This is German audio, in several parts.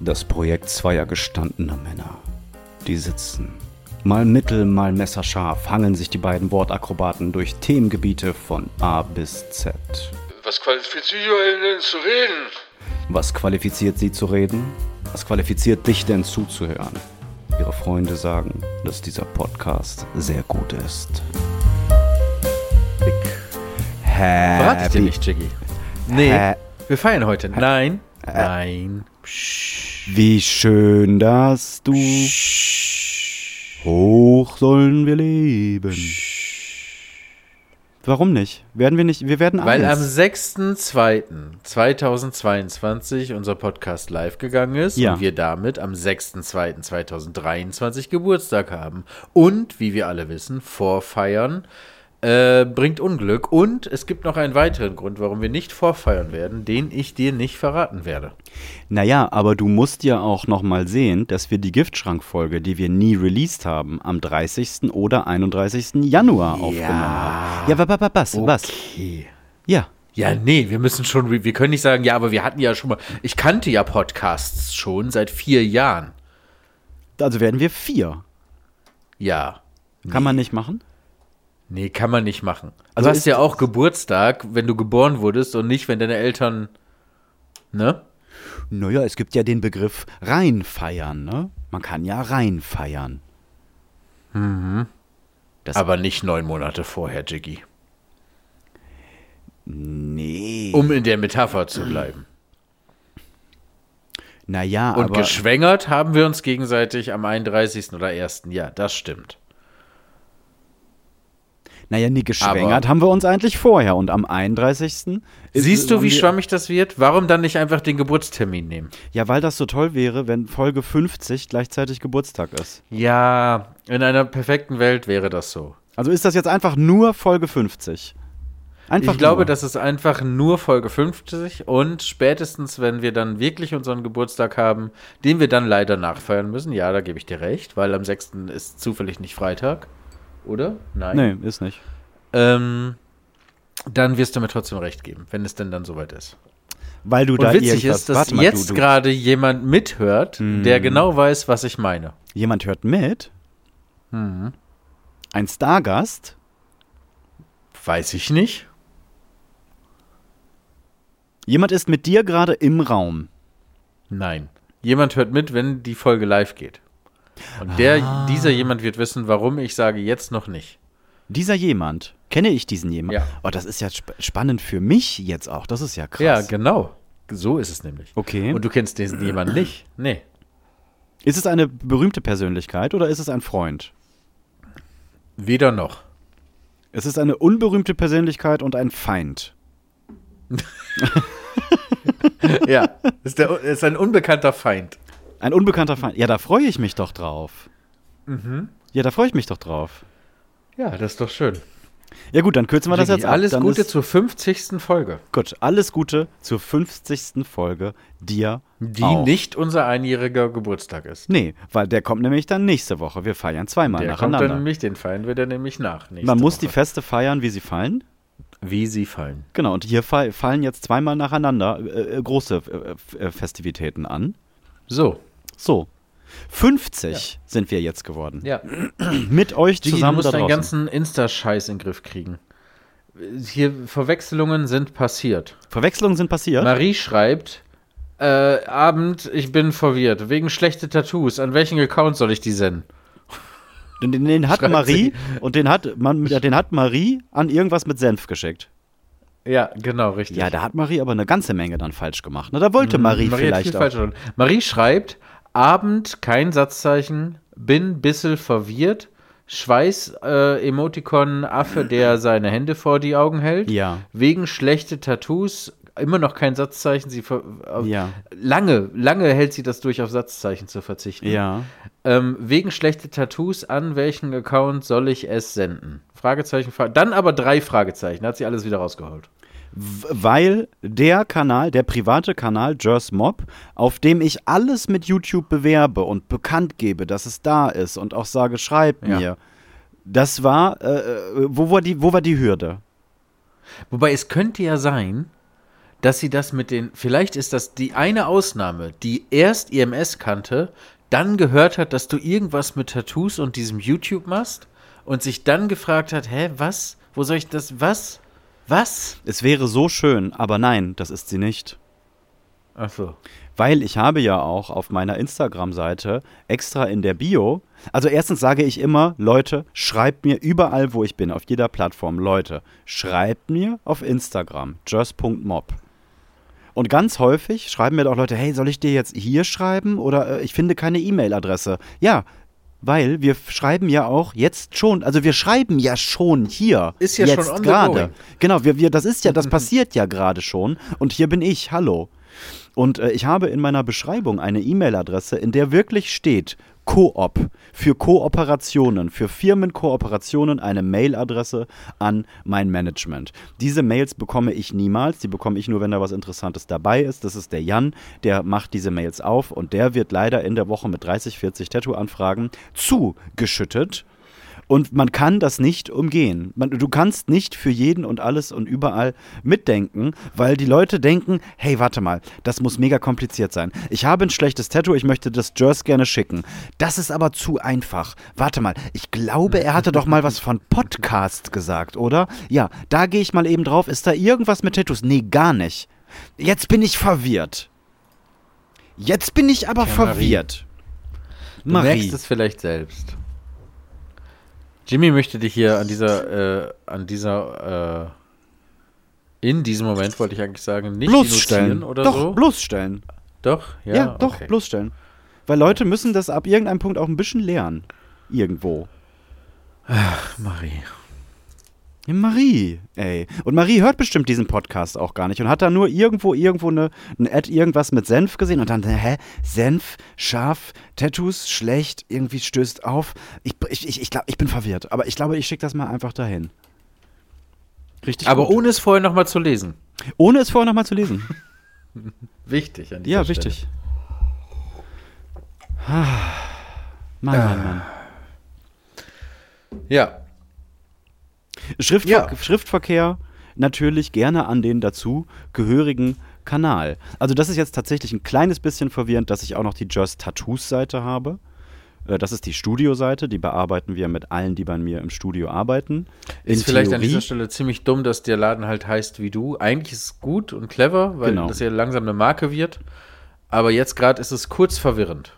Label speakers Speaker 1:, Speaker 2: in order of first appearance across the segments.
Speaker 1: das Projekt zweier gestandener Männer. Die sitzen. Mal mittel, mal messerscharf hangeln sich die beiden Wortakrobaten durch Themengebiete von A bis Z.
Speaker 2: Was qualifiziert euch denn zu reden?
Speaker 1: Was qualifiziert sie zu reden? Was qualifiziert dich denn zuzuhören? Ihre Freunde sagen, dass dieser Podcast sehr gut ist. Happy.
Speaker 3: Verrate ich dir nicht, Jiggy. Nee,
Speaker 1: Hä?
Speaker 3: wir feiern heute. Nein, nein.
Speaker 1: Wie schön, dass du. Hoch sollen wir leben. Warum nicht? Werden wir nicht? Wir werden
Speaker 3: Weil am
Speaker 1: eins.
Speaker 3: 6.2.2022 unser Podcast live gegangen ist
Speaker 1: Ja.
Speaker 3: und wir damit am 6.2.2023 Geburtstag haben. Und, wie wir alle wissen, vorfeiern äh, bringt Unglück. Und es gibt noch einen weiteren Grund, warum wir nicht vorfeiern werden, den ich dir nicht verraten werde.
Speaker 1: Naja, aber du musst ja auch nochmal sehen, dass wir die Giftschrankfolge, die wir nie released haben, am 30. oder 31. Januar aufgenommen haben. Ja, wa- wa- wa- was? Was?
Speaker 3: Okay.
Speaker 1: Ja.
Speaker 3: Ja, nee, wir müssen schon, re- wir können nicht sagen, ja, aber wir hatten ja schon mal, ich kannte ja Podcasts schon seit vier Jahren.
Speaker 1: Also werden wir vier.
Speaker 3: Ja.
Speaker 1: Kann man nicht machen?
Speaker 3: Nee, kann man nicht machen.
Speaker 1: Also
Speaker 3: Also du
Speaker 1: ist-
Speaker 3: hast ja auch Geburtstag, wenn du geboren wurdest und nicht, wenn deine Eltern, ne?
Speaker 1: Naja, es gibt ja den Begriff reinfeiern, ne? Man kann ja reinfeiern. Das-
Speaker 3: Aber nicht neun Monate vorher, Jiggy.
Speaker 1: Nee.
Speaker 3: Um in der Metapher zu bleiben.
Speaker 1: Naja,
Speaker 3: Und
Speaker 1: aber.
Speaker 3: geschwängert haben wir uns gegenseitig am 31. oder 1. Ja, das stimmt.
Speaker 1: Naja, nee, geschwängert
Speaker 3: Aber-
Speaker 1: haben wir uns eigentlich vorher und am 31. ist-
Speaker 3: Siehst du,
Speaker 1: haben
Speaker 3: wie
Speaker 1: wir-
Speaker 3: schwammig das wird? Warum dann nicht einfach den Geburtstermin nehmen?
Speaker 1: Ja, weil das so toll wäre, wenn Folge 50 gleichzeitig Geburtstag ist.
Speaker 3: Ja, in einer perfekten Welt wäre das so.
Speaker 1: Also ist das jetzt einfach nur Folge 50? Einfach
Speaker 3: Ich glaube,
Speaker 1: nur.
Speaker 3: das ist einfach nur Folge 50 und spätestens, wenn wir dann wirklich unseren Geburtstag haben, den wir dann leider nachfeiern müssen. Ja, da gebe ich dir recht, weil am 6. ist zufällig nicht Freitag, oder? Nein.
Speaker 1: Nee, ist nicht.
Speaker 3: Ähm, dann wirst du mir trotzdem recht geben, wenn es denn dann soweit ist.
Speaker 1: Weil du
Speaker 3: Und
Speaker 1: da
Speaker 3: witzig
Speaker 1: irgendwas-
Speaker 3: ist, dass
Speaker 1: Warte mal,
Speaker 3: jetzt
Speaker 1: du, Mm. du,
Speaker 3: gerade jemand mithört, der genau weiß, was ich meine.
Speaker 1: Jemand hört mit.
Speaker 3: Mhm.
Speaker 1: Ein Stargast.
Speaker 3: Weiß ich nicht.
Speaker 1: Jemand ist mit dir gerade im Raum.
Speaker 3: Nein. Jemand hört mit, wenn die Folge live geht. Und der,
Speaker 1: Ah.
Speaker 3: dieser jemand wird wissen, warum ich sage jetzt noch nicht.
Speaker 1: Dieser jemand. Kenne ich diesen jemand?
Speaker 3: Ja.
Speaker 1: Oh, das ist ja sp spannend für mich jetzt auch. Das ist ja
Speaker 3: Ja,
Speaker 1: krass.
Speaker 3: genau. So ist es nämlich.
Speaker 1: Okay.
Speaker 3: Und du kennst diesen jemand nicht? Nee.
Speaker 1: ist es eine berühmte Persönlichkeit oder ist es ein Freund?
Speaker 3: Weder noch.
Speaker 1: Es ist eine unberühmte Persönlichkeit und ein Feind.
Speaker 3: Ja. ist, der, ist ein unbekannter Feind.
Speaker 1: Ein unbekannter Feind. Ja, da freue ich mich doch drauf.
Speaker 3: Mhm.
Speaker 1: Ja, da freue ich mich doch drauf.
Speaker 3: Ja, das ist doch schön.
Speaker 1: Ja gut, dann kürzen wir das
Speaker 3: Jiggy,
Speaker 1: jetzt ab.
Speaker 3: alles
Speaker 1: dann
Speaker 3: Gute
Speaker 1: ist,
Speaker 3: zur 50. Folge.
Speaker 1: gut, alles Gute zur 50. Folge dir
Speaker 3: Die
Speaker 1: auch.
Speaker 3: nicht unser einjähriger Geburtstag ist.
Speaker 1: Nee, weil der kommt nämlich dann nächste Woche. Wir feiern zweimal
Speaker 3: Der kommt dann
Speaker 1: nacheinander.
Speaker 3: nämlich, den feiern wir dann nämlich nach. nächste
Speaker 1: Man muss die
Speaker 3: Woche.
Speaker 1: Feste feiern, wie sie fallen.
Speaker 3: Wie sie fallen.
Speaker 1: Genau, und hier fa- fallen jetzt zweimal nacheinander äh, äh, große äh, F- äh, Festivitäten an.
Speaker 3: So.
Speaker 1: So. 50 sind wir jetzt geworden.
Speaker 3: Ja.
Speaker 1: Mit euch
Speaker 3: Jiggy,
Speaker 1: zusammen
Speaker 3: du musst
Speaker 1: da draußen.
Speaker 3: deinen ganzen Insta-Scheiß in den Griff kriegen. Hier, Verwechslungen sind passiert.
Speaker 1: Verwechslungen sind passiert.
Speaker 3: Marie schreibt, äh, Abend, ich bin verwirrt. Wegen schlechte Tattoos. An welchen Account soll ich die senden?
Speaker 1: Den, den, den hat
Speaker 3: Schreibt
Speaker 1: Marie und den hat man, ja, den hat Marie an irgendwas mit Senf geschickt.
Speaker 3: Ja, genau, richtig.
Speaker 1: Ja, da hat Marie aber eine ganze Menge dann falsch gemacht. Na, da wollte Marie,
Speaker 3: Marie hat
Speaker 1: vielleicht
Speaker 3: viel
Speaker 1: auch.
Speaker 3: falsch verstanden. Marie schreibt, Abend, kein Satzzeichen, bin bissel verwirrt. Schweiß, äh, Emoticon, Affe, der seine Hände vor die Augen hält.
Speaker 1: Ja.
Speaker 3: Wegen schlechte Tattoos, immer noch kein Satzzeichen. Sie ver auf-
Speaker 1: Ja.
Speaker 3: Lange, lange hält sie das durch, auf Satzzeichen zu verzichten.
Speaker 1: Ja.
Speaker 3: Ähm, wegen schlechte Tattoos, an welchen Account soll ich es senden? Fragezeichen, Fra dann aber drei Fragezeichen. Hat sie alles wieder rausgeholt.
Speaker 1: W- Weil der Kanal, der private Kanal Jers Mob, auf dem ich alles mit YouTube bewerbe und bekannt gebe, dass es da ist und auch sage, schreib
Speaker 3: Ja.
Speaker 1: mir. Das war, äh, äh, wo war die, wo war die Hürde?
Speaker 3: Wobei es könnte ja sein, dass sie das mit den, vielleicht ist das die eine Ausnahme, die erst IMS kannte, dann gehört hat, dass du irgendwas mit Tattoos und diesem YouTube machst und sich dann gefragt hat, hä, was? Wo soll ich das, was? Was?
Speaker 1: Es wäre so schön, aber nein, das ist sie nicht.
Speaker 3: Ach so.
Speaker 1: Weil ich habe ja auch auf meiner Instagram-Seite extra in der Bio, also erstens sage ich immer, Leute, schreibt mir überall, wo ich bin, auf jeder Plattform, Leute, schreibt mir auf Instagram, just.mob. Und ganz häufig schreiben mir doch Leute, hey, soll ich dir jetzt hier schreiben oder äh, ich finde keine E-Mail-Adresse. Ja, weil wir f- schreiben ja auch jetzt schon, also wir schreiben ja schon hier.
Speaker 3: Ist ja
Speaker 1: jetzt
Speaker 3: schon on the going.
Speaker 1: gerade. Genau, wir, wir, das ist ja, das passiert ja gerade schon. Und hier bin ich, hallo. Und äh, ich habe in meiner Beschreibung eine E-Mail-Adresse, in der wirklich steht Koop für Kooperationen, für Firmenkooperationen eine Mail-Adresse an mein Management. Diese Mails bekomme ich niemals, die bekomme ich nur, wenn da was Interessantes dabei ist. Das ist der Jan, der macht diese Mails auf und der wird leider in der Woche mit 30, 40 Tattoo-Anfragen zugeschüttet. Und man kann das nicht umgehen. Man, du kannst nicht für jeden und alles und überall mitdenken, weil die Leute denken, hey, warte mal, das muss mega kompliziert sein. Ich habe ein schlechtes Tattoo, ich möchte das Jers gerne schicken. Das ist aber zu einfach. Warte mal, ich glaube, er hatte doch mal was von Podcast gesagt, oder? Ja, da gehe ich mal eben drauf. Ist da irgendwas mit Tattoos? Nee, gar nicht. Jetzt bin ich verwirrt. Jetzt bin ich aber
Speaker 3: Tja, Marie.
Speaker 1: verwirrt.
Speaker 3: Du merkst es vielleicht selbst. Jimmy möchte dich hier an dieser, äh, an dieser, äh, in diesem Moment wollte ich eigentlich sagen, nicht
Speaker 1: bloßstellen.
Speaker 3: denunzieren oder
Speaker 1: doch,
Speaker 3: so.
Speaker 1: bloßstellen.
Speaker 3: Doch, ja,
Speaker 1: Ja, doch,
Speaker 3: okay.
Speaker 1: bloßstellen. Weil Leute müssen das ab irgendeinem Punkt auch ein bisschen lernen. Irgendwo.
Speaker 3: Marie.
Speaker 1: Ja, Marie, ey. Und Marie hört bestimmt diesen Podcast auch gar nicht und hat da nur irgendwo, irgendwo eine, ein Ad irgendwas mit Senf gesehen und dann, hä? Senf, scharf, Tattoos, schlecht, irgendwie stößt auf. Ich, ich, ich, ich, glaub, ich bin verwirrt, aber ich glaube, ich schicke das mal einfach dahin. Richtig.
Speaker 3: Aber
Speaker 1: gut.
Speaker 3: ohne es vorher nochmal zu lesen.
Speaker 1: ohne es vorher nochmal zu lesen.
Speaker 3: Wichtig an dieser
Speaker 1: Ja,
Speaker 3: Stelle.
Speaker 1: wichtig. Ah.
Speaker 3: Äh.
Speaker 1: Mann, Mann, Mann.
Speaker 3: Ja,
Speaker 1: Schriftver
Speaker 3: Ja.
Speaker 1: Schriftverkehr natürlich gerne an den dazu gehörigen Kanal. Also das ist jetzt tatsächlich ein kleines bisschen verwirrend, dass ich auch noch die Just Tattoos Seite habe. Äh, Das ist die Studioseite, die bearbeiten wir mit allen, die bei mir im Studio arbeiten. In
Speaker 3: ist vielleicht an
Speaker 1: Theorie-
Speaker 3: dieser Stelle ziemlich dumm, dass der Laden halt heißt wie du. Eigentlich ist es gut und clever, weil
Speaker 1: Genau.
Speaker 3: das ja langsam eine Marke wird. Aber jetzt gerade ist es kurz verwirrend.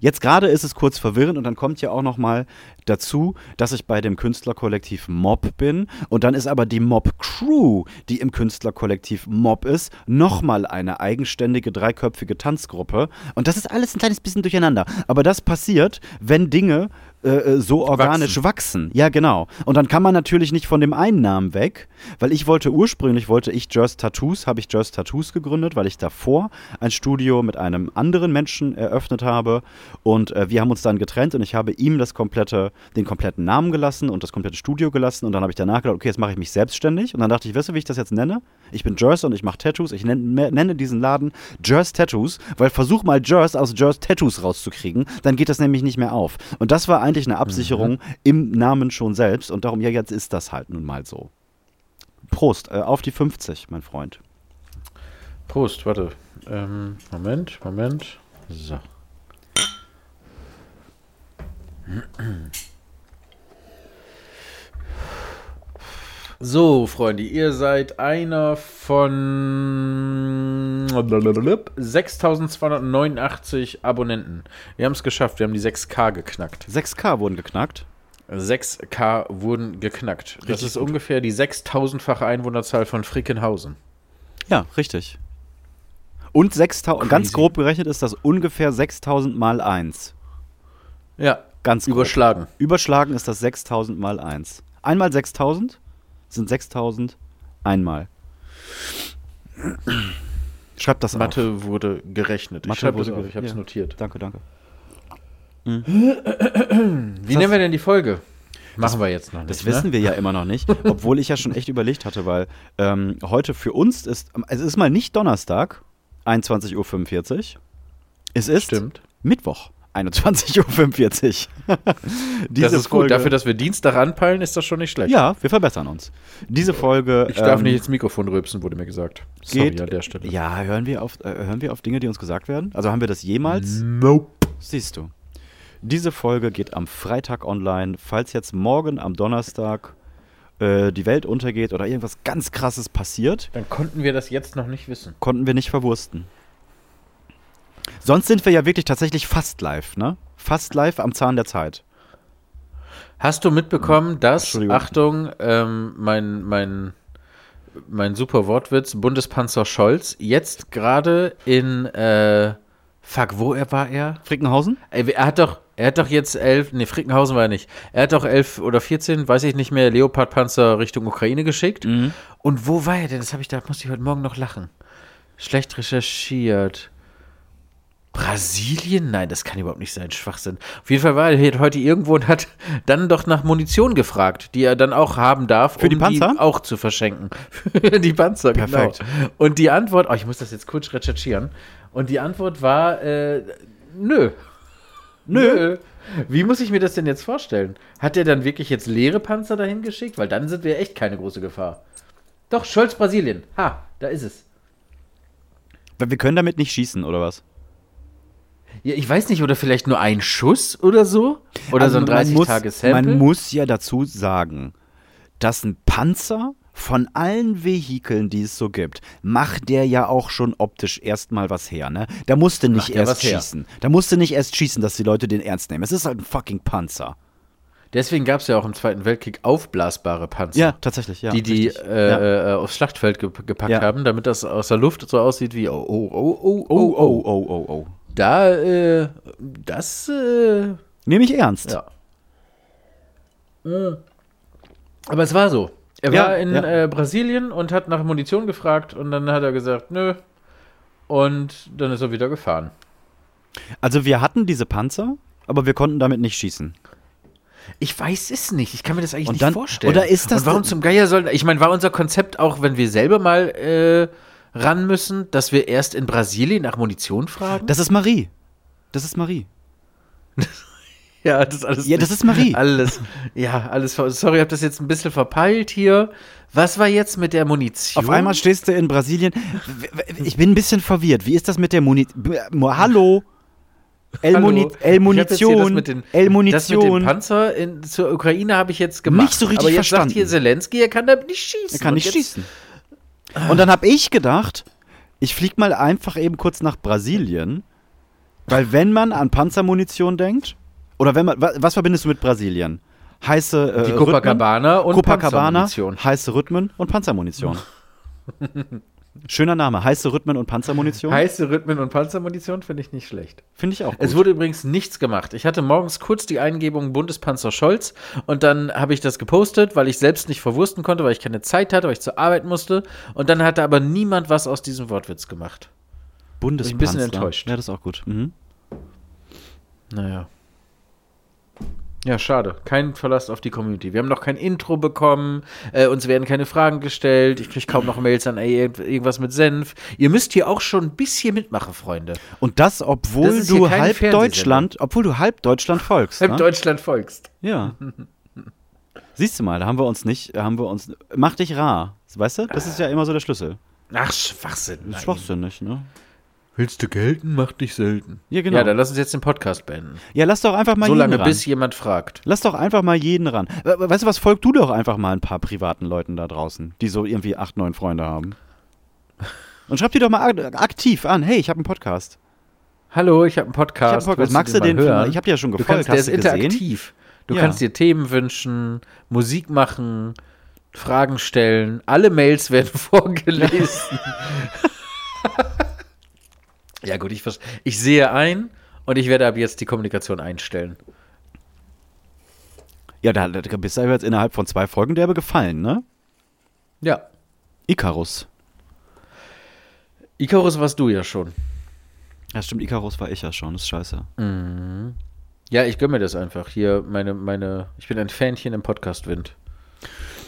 Speaker 1: Jetzt gerade ist es kurz verwirrend und dann kommt ja auch noch mal dazu, dass ich bei dem Künstlerkollektiv Mob bin und dann ist aber die Mob Crew, die im Künstlerkollektiv Mob ist, noch mal eine eigenständige dreiköpfige Tanzgruppe und das ist alles ein kleines bisschen durcheinander, aber das passiert, wenn Dinge äh, äh, so organisch wachsen. Ja, genau. Und dann kann man natürlich nicht von dem einen Namen weg, weil ich wollte ursprünglich, wollte ich Just Tattoos, habe ich Just Tattoos gegründet, weil ich davor ein Studio mit einem anderen Menschen eröffnet habe und äh, wir haben uns dann getrennt und ich habe ihm das komplette, den kompletten Namen gelassen und das komplette Studio gelassen und dann habe ich danach gedacht, okay, jetzt mache ich mich selbstständig und dann dachte ich, weißt du, wie ich das jetzt nenne? Ich bin Jers und ich mache Tattoos, ich nenne, nenne diesen Laden Jers Tattoos, weil versuch mal Jers aus Jers Tattoos rauszukriegen, dann geht das nämlich nicht mehr auf. Und das war eigentlich eine Absicherung im Namen schon selbst und darum, ja, jetzt ist das halt nun mal so. Prost, äh, auf die 50, mein Freund.
Speaker 3: Prost, warte. Ähm, Moment, Moment. So. So, Freunde, ihr seid einer von 6289 Abonnenten. Wir haben es geschafft, wir haben die 6K geknackt.
Speaker 1: 6K wurden geknackt.
Speaker 3: 6K wurden geknackt. das ist ungefähr die 6000-fache Einwohnerzahl von Frickenhausen.
Speaker 1: Ja, richtig. Und 6000, ganz
Speaker 3: Crazy.
Speaker 1: grob gerechnet ist das ungefähr 6000 mal 1.
Speaker 3: Ja,
Speaker 1: Ganz grob.
Speaker 3: überschlagen.
Speaker 1: Überschlagen ist das 6000 mal 1. Einmal 6000 sind 6000 einmal. Schreibt das auf.
Speaker 3: Mathe wurde gerechnet.
Speaker 1: Mathe
Speaker 3: ich schreibe
Speaker 1: wurde
Speaker 3: das auf, ich habe es
Speaker 1: ja.
Speaker 3: notiert.
Speaker 1: Danke, danke.
Speaker 3: Wie nennen wir denn die Folge? Machen wir jetzt noch nicht. ne?
Speaker 1: Das wissen wir ja immer noch nicht, obwohl ich ja schon echt überlegt hatte, weil ähm, heute für uns ist, ähm, es ist mal nicht Donnerstag, 21.45 Uhr. Es ist
Speaker 3: Stimmt.
Speaker 1: Mittwoch, 21.45 Uhr.
Speaker 3: das ist gut. Dafür, dass wir Dienstag anpeilen, ist das schon nicht schlecht.
Speaker 1: ja, wir verbessern uns. Diese Folge.
Speaker 3: Ich darf
Speaker 1: ähm,
Speaker 3: nicht ins Mikrofon rülpsen, wurde mir gesagt. Sorry
Speaker 1: geht,
Speaker 3: an der Stelle.
Speaker 1: Ja, hören wir, auf, äh, hören wir auf Dinge, die uns gesagt werden? Also haben wir das jemals?
Speaker 3: Mm. Nope.
Speaker 1: Siehst du. Diese Folge geht am Freitag online. Falls jetzt morgen am Donnerstag äh, die Welt untergeht oder irgendwas ganz Krasses passiert,
Speaker 3: Dann konnten wir das jetzt noch nicht wissen.
Speaker 1: konnten wir nicht verwursten. Sonst sind wir ja wirklich tatsächlich fast live, ne? Fast live am Zahn der Zeit.
Speaker 3: Hast du mitbekommen, dass,
Speaker 1: Hm. Entschuldigung.
Speaker 3: Achtung, ähm, mein, mein, mein super Wortwitz, Bundespanzer Scholz, jetzt gerade in, äh, fuck, wo er war er?
Speaker 1: Frickenhausen?
Speaker 3: Ey, Er hat doch, er hat doch jetzt elf, nee, Frickenhausen war er nicht. Er hat doch elf oder 14, weiß ich nicht mehr, Leopardpanzer Richtung Ukraine geschickt.
Speaker 1: Mhm.
Speaker 3: Und wo war er denn? Das habe ich da, musste ich heute Morgen noch lachen. Schlecht recherchiert. Brasilien? Nein, das kann überhaupt nicht sein. Schwachsinn. Auf jeden Fall war er hier heute irgendwo und hat dann doch nach Munition gefragt, die er dann auch haben darf, um
Speaker 1: Für die Panzer?
Speaker 3: die auch zu verschenken. Für die Panzer,
Speaker 1: Perfekt.
Speaker 3: genau. Und die Antwort, oh, ich muss das jetzt kurz recherchieren. Und die Antwort war, äh, nö. Nö. Wie muss ich mir das denn jetzt vorstellen? Hat er dann wirklich jetzt leere Panzer dahin geschickt? Weil dann sind wir echt keine große Gefahr. Doch, Scholz Brasilien. Ha, da ist es.
Speaker 1: Wir können damit nicht schießen, oder was?
Speaker 3: Ja, ich weiß nicht, oder vielleicht nur ein Schuss oder so? Also Oder so ein
Speaker 1: Also man muss-
Speaker 3: 30-Tage-Sample?
Speaker 1: Man muss ja dazu sagen, dass ein Panzer von allen Vehikeln, die es so gibt, macht der ja auch schon optisch erstmal was her, ne? Da musste nicht
Speaker 3: Macht der
Speaker 1: erst
Speaker 3: was her.
Speaker 1: schießen. Da musste nicht erst schießen, dass die Leute den ernst nehmen. Es ist halt ein fucking Panzer.
Speaker 3: Deswegen gab es ja auch im Zweiten Weltkrieg aufblasbare Panzer.
Speaker 1: Ja, tatsächlich, ja.
Speaker 3: die die
Speaker 1: richtig.
Speaker 3: äh,
Speaker 1: ja.
Speaker 3: äh, aufs Schlachtfeld gep- gepackt
Speaker 1: Ja.
Speaker 3: haben, damit das aus der Luft so aussieht wie oh, oh, oh, oh, oh,
Speaker 1: Oh,
Speaker 3: oh.
Speaker 1: oh, oh, oh, oh.
Speaker 3: Da, äh, das, äh,
Speaker 1: Nehme ich ernst.
Speaker 3: ja. Mm. Aber es war so. Er
Speaker 1: Ja,
Speaker 3: war in
Speaker 1: ja.
Speaker 3: äh, Brasilien und hat nach Munition gefragt und dann hat er gesagt, nö. Und dann ist er wieder gefahren.
Speaker 1: Also wir hatten diese Panzer, aber wir konnten damit nicht schießen.
Speaker 3: Ich weiß es nicht. Ich kann mir das eigentlich
Speaker 1: Und
Speaker 3: nicht
Speaker 1: dann-
Speaker 3: vorstellen.
Speaker 1: oder ist das
Speaker 3: und warum
Speaker 1: denn-
Speaker 3: zum Geier sollen? Ich meine, war unser Konzept auch, wenn wir selber mal äh, ran müssen, dass wir erst in Brasilien nach Munition fragen?
Speaker 1: Das ist Marie. Das ist Marie.
Speaker 3: ja, das ist alles.
Speaker 1: Ja, das
Speaker 3: nicht-
Speaker 1: ist Marie.
Speaker 3: Alles. Ja, alles. ver- Sorry, ich habe das jetzt ein bisschen verpeilt hier. Was war jetzt mit der Munition?
Speaker 1: Auf einmal stehst du in Brasilien. W- w- Ich bin ein bisschen verwirrt. Wie ist das mit der Muni... B- Mo- Hallo? El,
Speaker 3: Hallo.
Speaker 1: Muni El
Speaker 3: Ich hab jetzt hier Das
Speaker 1: Munition.
Speaker 3: mit, den,
Speaker 1: El
Speaker 3: das mit dem
Speaker 1: Munition.
Speaker 3: Panzer in, zur Ukraine habe ich jetzt gemacht.
Speaker 1: Nicht so richtig
Speaker 3: Aber jetzt
Speaker 1: verstanden.
Speaker 3: sagt hier Zelensky, er kann da nicht
Speaker 1: Er
Speaker 3: schießen.
Speaker 1: kann
Speaker 3: Und
Speaker 1: nicht
Speaker 3: jetzt-
Speaker 1: schießen. Und dann habe ich gedacht, ich flieg mal einfach eben kurz nach Brasilien. Weil wenn man an Panzermunition denkt, oder wenn man, wa- was verbindest du mit Brasilien? Heiße äh,
Speaker 3: Die
Speaker 1: Rhythmen?
Speaker 3: Copacabana und
Speaker 1: Copacabana,
Speaker 3: Panzermunition.
Speaker 1: heiße Rhythmen und Panzermunition. Schöner Name, heiße Rhythmen und Panzermunition.
Speaker 3: Heiße Rhythmen und Panzermunition finde ich nicht schlecht.
Speaker 1: Finde ich auch gut.
Speaker 3: Es wurde übrigens nichts gemacht. Ich hatte morgens kurz die Eingebung Bundespanzer Scholz und dann habe ich das gepostet, weil ich selbst nicht verwursten konnte, weil ich keine Zeit hatte, weil ich zur Arbeit musste. Und dann hatte aber niemand was aus diesem Wortwitz gemacht.
Speaker 1: Bundespanzer.
Speaker 3: Bin ich ein bisschen enttäuscht.
Speaker 1: Ja, das ist auch gut. Mhm.
Speaker 3: Naja. Ja, schade. Kein Verlass auf die Community. Wir haben noch kein Intro bekommen. Äh, uns werden keine Fragen gestellt. Ich kriege kaum noch Mails an ey, irgend- irgendwas mit Senf. Ihr müsst hier auch schon ein bisschen mitmachen, Freunde.
Speaker 1: Und das, obwohl
Speaker 3: Das ist hier
Speaker 1: du
Speaker 3: keine
Speaker 1: halb
Speaker 3: Fernsehsendung.
Speaker 1: Deutschland, obwohl du halb Deutschland folgst.
Speaker 3: Halb
Speaker 1: ne?
Speaker 3: Deutschland folgst.
Speaker 1: ja. Siehst du mal, da haben wir uns nicht, da haben wir uns. Mach dich rar. Weißt du? Das ist ja immer so der Schlüssel.
Speaker 3: Ach, Schwachsinn.
Speaker 1: Das ist schwachsinnig, ne?
Speaker 3: Willst du gelten, macht dich selten.
Speaker 1: Ja, genau.
Speaker 3: Ja, dann lass uns jetzt den Podcast beenden.
Speaker 1: Ja, lass doch einfach mal
Speaker 3: so lange,
Speaker 1: jeden ran.
Speaker 3: bis jemand fragt.
Speaker 1: Lass doch einfach mal jeden ran. We- we- Weißt du was, folg du doch einfach mal ein paar privaten Leuten da draußen, die so irgendwie acht, neun Freunde haben. Und schreib die doch mal ak- aktiv an. Hey, ich habe einen Podcast.
Speaker 3: Hallo, ich habe einen
Speaker 1: Ich
Speaker 3: Podcast.
Speaker 1: habe einen Podcast.
Speaker 3: Willst
Speaker 1: Magst du
Speaker 3: mal
Speaker 1: den?
Speaker 3: hören?
Speaker 1: Ich habe dir ja schon
Speaker 3: Du
Speaker 1: gefolgt.
Speaker 3: kannst, der
Speaker 1: Hast
Speaker 3: ist
Speaker 1: du gesehen?
Speaker 3: interaktiv. Du
Speaker 1: Ja.
Speaker 3: kannst dir Themen wünschen, Musik machen, Fragen stellen. Alle Mails werden vorgelesen. ja gut, ich, vers- ich sehe ein und ich werde ab jetzt die Kommunikation einstellen.
Speaker 1: Ja, da, da bist du aber jetzt innerhalb von zwei Folgen derbe gefallen, ne?
Speaker 3: Ja.
Speaker 1: Icarus.
Speaker 3: Icarus warst du ja schon.
Speaker 1: Ja, stimmt, Icarus war ich ja schon, ist scheiße.
Speaker 3: Ja, ich gönne mir das einfach. Hier, meine, meine, ich bin ein Fähnchen im Podcast-Wind.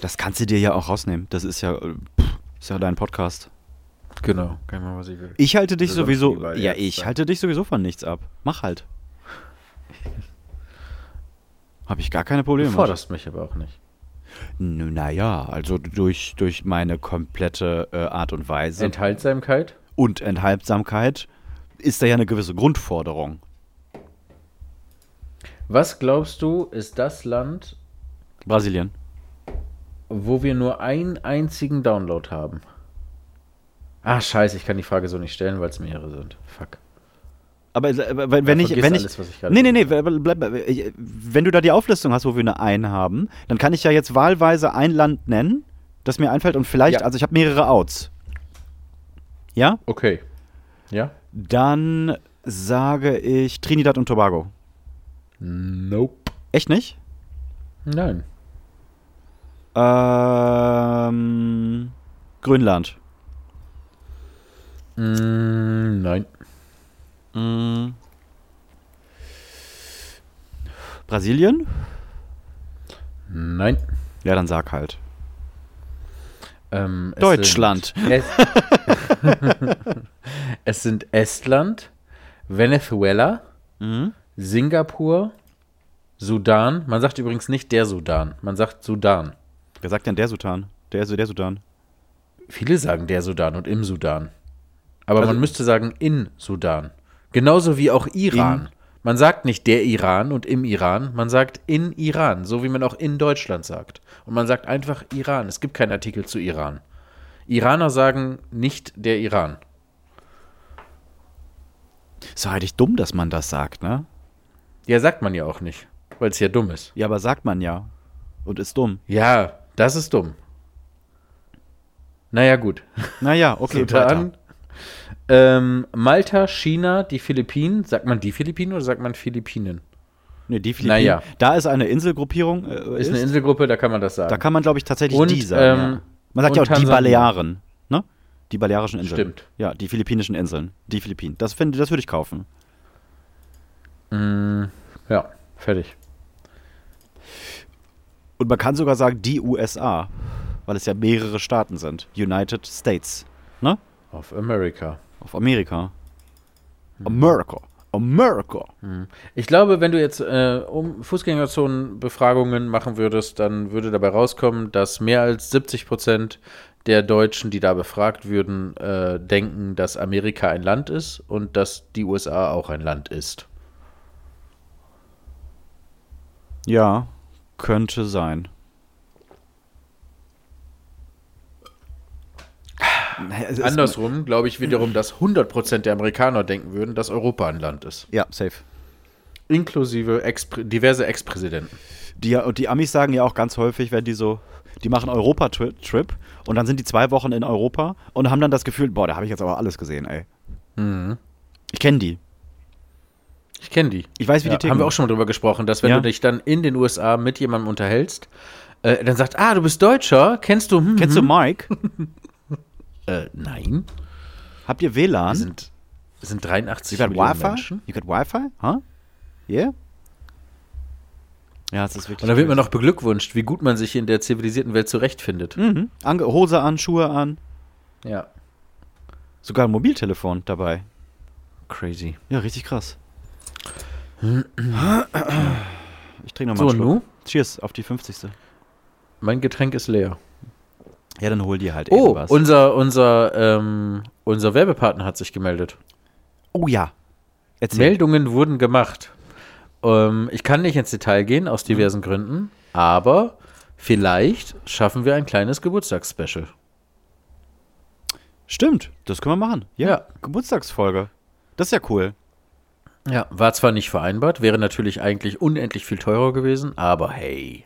Speaker 1: Das kannst du dir ja auch rausnehmen. Das ist ja, äh, pff, ist ja dein Podcast.
Speaker 3: Genau. Kann ich machen, was ich will.
Speaker 1: Ich halte dich
Speaker 3: Also sonst
Speaker 1: sowieso.
Speaker 3: lieber
Speaker 1: Ja,
Speaker 3: Ärzte.
Speaker 1: ich halte dich sowieso von nichts ab. Mach halt. Habe ich gar keine Probleme
Speaker 3: Du forderst mich aber auch nicht.
Speaker 1: mit. Naja, also durch, durch meine komplette äh, Art und Weise
Speaker 3: Enthaltsamkeit?
Speaker 1: und Enthaltsamkeit ist da ja eine gewisse Grundforderung.
Speaker 3: Was glaubst du, ist das Land,
Speaker 1: Brasilien.
Speaker 3: wo wir nur einen einzigen Download haben? Ah, scheiße, ich kann die Frage so nicht stellen, weil es mehrere sind. Fuck.
Speaker 1: Aber, aber wenn, wenn
Speaker 3: Ja,
Speaker 1: ich.
Speaker 3: vergiss
Speaker 1: Wenn ich
Speaker 3: alles, was ich gerade
Speaker 1: nee, nee, nee. Bleib, bleib, bleib- wenn du da die Auflistung hast, wo wir eine Ein haben, dann kann ich ja jetzt wahlweise ein Land nennen, das mir einfällt und vielleicht.
Speaker 3: Ja.
Speaker 1: Also ich habe mehrere Outs. Ja?
Speaker 3: Okay. Ja?
Speaker 1: Dann sage ich Trinidad und Tobago.
Speaker 3: Nope.
Speaker 1: Echt nicht?
Speaker 3: Nein.
Speaker 1: Ähm, Grönland.
Speaker 3: Mm, nein. Mhm.
Speaker 1: Brasilien?
Speaker 3: Nein.
Speaker 1: Ja, dann sag halt.
Speaker 3: Ähm, es
Speaker 1: Deutschland.
Speaker 3: Sind, es, es sind Estland, Venezuela, Singapur, Sudan. Man sagt übrigens nicht der Sudan, man sagt Sudan.
Speaker 1: Wer sagt denn der Sudan? Der, der Sudan.
Speaker 3: Viele sagen der Sudan und im Sudan. Aber
Speaker 1: Also-
Speaker 3: man müsste sagen in Sudan. Genauso wie auch Iran. Man sagt nicht der Iran und im Iran, man sagt in Iran, so wie man auch in Deutschland sagt. Und man sagt einfach Iran. Es gibt keinen Artikel zu Iran. Iraner sagen nicht der Iran.
Speaker 1: Ist doch eigentlich dumm, dass man das sagt, ne?
Speaker 3: Ja, sagt man ja auch nicht, weil es ja dumm ist.
Speaker 1: Ja, aber sagt man ja. Und ist dumm.
Speaker 3: Ja, das ist dumm. Naja, gut.
Speaker 1: Naja, okay, weiter.
Speaker 3: Sudan. Ähm, Malta, China, die Philippinen. Sagt man die Philippinen oder sagt man Philippinen?
Speaker 1: Nee, die Philippinen.
Speaker 3: Naja.
Speaker 1: Da ist eine Inselgruppierung. Äh,
Speaker 3: Ist
Speaker 1: ist
Speaker 3: eine Inselgruppe, da kann man das
Speaker 1: da
Speaker 3: sagen.
Speaker 1: kann man, glaube ich, tatsächlich
Speaker 3: Und,
Speaker 1: die sagen.
Speaker 3: ähm,
Speaker 1: ja. Man sagt ja auch
Speaker 3: und
Speaker 1: die
Speaker 3: Tansania.
Speaker 1: Balearen, ne? Die Balearischen Inseln.
Speaker 3: Stimmt.
Speaker 1: Ja, die philippinischen Inseln. Die Philippinen. Das, finde- das würde ich kaufen.
Speaker 3: Mm, Ja, fertig.
Speaker 1: Und man kann sogar sagen, die USA, weil es ja mehrere Staaten sind. United States. Ne?
Speaker 3: Auf America.
Speaker 1: Auf Amerika.
Speaker 3: Hm.
Speaker 1: America. America.
Speaker 3: Ich glaube, wenn du jetzt äh, um Fußgängerzonenbefragungen machen würdest, dann würde dabei rauskommen, dass mehr als 70 Prozent der Deutschen, die da befragt würden, äh, denken, dass Amerika ein Land ist und dass die USA auch ein Land ist.
Speaker 1: Ja, könnte sein. Naja, es ist-
Speaker 3: Andersrum glaube ich wiederum, dass 100 Prozent der Amerikaner denken würden, dass Europa ein Land ist.
Speaker 1: Ja, safe.
Speaker 3: Inklusive Ex diverse Ex-Präsidenten.
Speaker 1: Die, und die Amis sagen ja auch ganz häufig, wenn die so, die machen Europa-Trip und dann sind die zwei Wochen in Europa und haben dann das Gefühl, boah, da habe ich jetzt aber alles gesehen, ey.
Speaker 3: Mhm.
Speaker 1: Ich kenne die.
Speaker 3: Ich kenne die.
Speaker 1: Ich weiß, wie die ticken.
Speaker 3: Haben wir auch schon mal drüber gesprochen, dass wenn
Speaker 1: Ja.
Speaker 3: du dich dann in den USA mit jemandem unterhältst, äh, dann sagt, ah, du bist Deutscher, kennst du? Hm,
Speaker 1: Kennst du Mike?
Speaker 3: du? Äh, nein.
Speaker 1: Habt ihr WLAN?
Speaker 3: Wir sind, wir sind 83
Speaker 1: You got
Speaker 3: Millionen
Speaker 1: Wi-Fi?
Speaker 3: Menschen.
Speaker 1: You got Wi-Fi? Huh? Yeah? Ja, es ist wirklich.
Speaker 3: Und da wird man noch beglückwünscht, wie gut man sich in der zivilisierten Welt zurechtfindet.
Speaker 1: Mhm. Ange Hose an, Schuhe an,
Speaker 3: Ja.
Speaker 1: sogar ein Mobiltelefon dabei.
Speaker 3: Crazy.
Speaker 1: Ja, richtig krass. Ich trinke nochmal einen
Speaker 3: So,
Speaker 1: Schluck.
Speaker 3: nu,
Speaker 1: Cheers, auf die 50.
Speaker 3: mein Getränk ist leer.
Speaker 1: Ja, dann hol dir halt
Speaker 3: Oh,
Speaker 1: irgendwas.
Speaker 3: unser, unser, ähm, unser Werbepartner hat sich gemeldet.
Speaker 1: oh ja. Erzähl.
Speaker 3: Meldungen wurden gemacht. Ähm, ich kann nicht ins Detail gehen, aus diversen Gründen, aber vielleicht schaffen wir ein kleines Geburtstagsspecial.
Speaker 1: Stimmt, das können wir machen. Ja.
Speaker 3: Ja.
Speaker 1: Geburtstagsfolge. Das ist ja cool.
Speaker 3: Ja, war zwar nicht vereinbart, wäre natürlich eigentlich unendlich viel teurer gewesen, aber hey.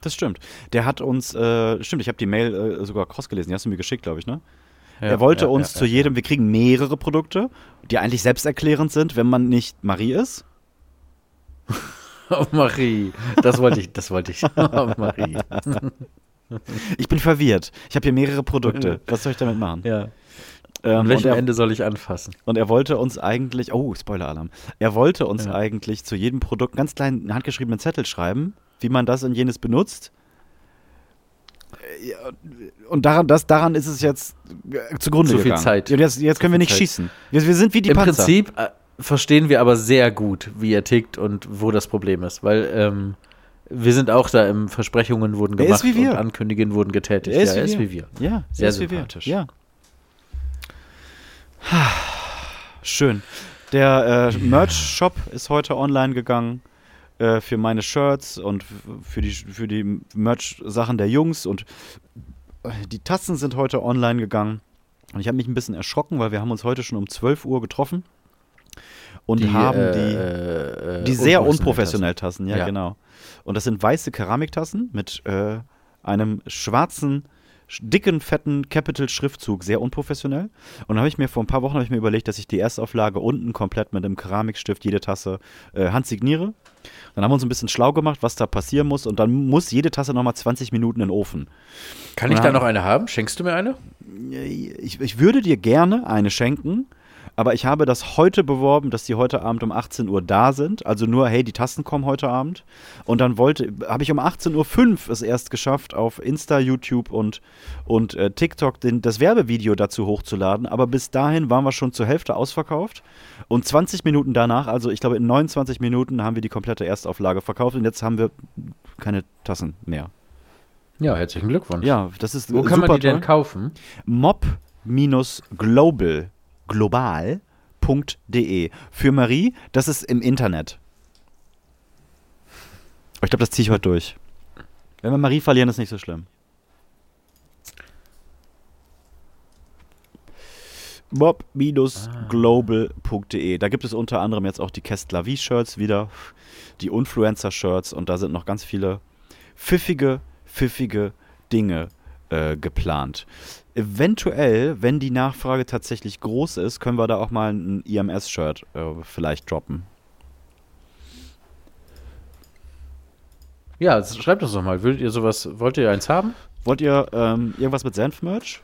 Speaker 1: Das stimmt. Der hat uns, äh, stimmt, ich habe die Mail äh, sogar cross gelesen. Die hast du mir geschickt, glaube ich, ne? er wollte uns zu jedem, wir kriegen mehrere Produkte, die eigentlich selbsterklärend sind, wenn man nicht Marie ist.
Speaker 3: Oh, Marie. Das wollte ich, das wollte ich. Oh, Marie.
Speaker 1: Ich bin verwirrt. Ich habe hier mehrere Produkte. Was soll ich damit machen?
Speaker 3: Ja.
Speaker 1: Ähm,
Speaker 3: An
Speaker 1: und,
Speaker 3: welchem
Speaker 1: er,
Speaker 3: Ende soll ich anfassen?
Speaker 1: und er wollte uns eigentlich, oh, Spoiler-Alarm. Er wollte uns eigentlich zu jedem Produkt einen ganz kleinen handgeschriebenen Zettel schreiben, wie man das und jenes benutzt. Äh, ja, Und daran, das, daran ist es jetzt äh, zugrunde
Speaker 3: Zu viel
Speaker 1: gegangen.
Speaker 3: Zeit.
Speaker 1: Und Jetzt, jetzt können wir nicht
Speaker 3: Zeit.
Speaker 1: schießen. Wir, wir sind wie die
Speaker 3: Im
Speaker 1: Panzer.
Speaker 3: Prinzip äh, verstehen wir aber sehr gut, wie er tickt und wo das Problem ist, weil ähm, Wir sind auch da im Versprechungen wurden
Speaker 1: Er ist
Speaker 3: gemacht
Speaker 1: wie wir.
Speaker 3: und Ankündigungen wurden getätigt. ja, er ist wie wir.
Speaker 1: Ja,
Speaker 3: Sehr
Speaker 1: er ist wie wir.
Speaker 3: sympathisch.
Speaker 1: Ja. Schön. Der äh, Merch-Shop ist heute online gegangen äh, für meine Shirts und f- für die, für die Merch-Sachen der Jungs und äh, die Tassen sind heute online gegangen. Und ich habe mich ein bisschen erschrocken, weil wir haben uns heute schon um 12 Uhr getroffen und haben die
Speaker 3: äh, äh,
Speaker 1: die sehr unprofessionell Tassen, ja,
Speaker 3: Ja.
Speaker 1: genau. Und das sind weiße Keramiktassen mit äh, einem schwarzen, sch- dicken, fetten Capital-Schriftzug, sehr unprofessionell. Und da habe ich mir vor ein paar Wochen habe ich mir überlegt, dass ich die Erstauflage unten komplett mit einem Keramikstift jede Tasse äh, handsigniere. Dann haben wir uns ein bisschen schlau gemacht, was da passieren muss. Und dann muss jede Tasse nochmal 20 Minuten in den Ofen.
Speaker 3: Kann ich
Speaker 1: Ja.
Speaker 3: da noch eine haben? Schenkst du mir eine?
Speaker 1: Ich, ich würde dir gerne eine schenken, aber ich habe das heute beworben, dass die heute Abend um 18 Uhr da sind. Also nur, hey, die Tasten kommen heute Abend. Und dann wollte, habe ich um 18.05 Uhr es erst geschafft, auf Insta, YouTube und, und äh, TikTok den, das Werbevideo dazu hochzuladen. Aber bis dahin waren wir schon zur Hälfte ausverkauft. Und 20 Minuten danach, also ich glaube in 29 Minuten, haben wir die komplette Erstauflage verkauft. Und jetzt haben wir keine Tassen mehr.
Speaker 3: Ja, herzlichen Glückwunsch.
Speaker 1: Ja, das ist
Speaker 3: Wo kann man
Speaker 1: super
Speaker 3: die denn
Speaker 1: toll
Speaker 3: kaufen?
Speaker 1: mob-global global.de für Marie, das ist im Internet. Aber Ich glaube, das ziehe ich heute durch. Wenn wir Marie verlieren, ist nicht so schlimm. mob-global.de. Da gibt es unter anderem jetzt auch die Kestlavi-Shirts wieder, die Influencer-Shirts und da sind noch ganz viele pfiffige, pfiffige Dinge äh, geplant. Eventuell, wenn die Nachfrage tatsächlich groß ist, können wir da auch mal ein IMS-Shirt äh, vielleicht droppen.
Speaker 3: Ja, s- schreibt uns doch mal. Würdet ihr sowas, wollt ihr eins haben?
Speaker 1: Wollt ihr ähm, irgendwas mit Senf-Merch?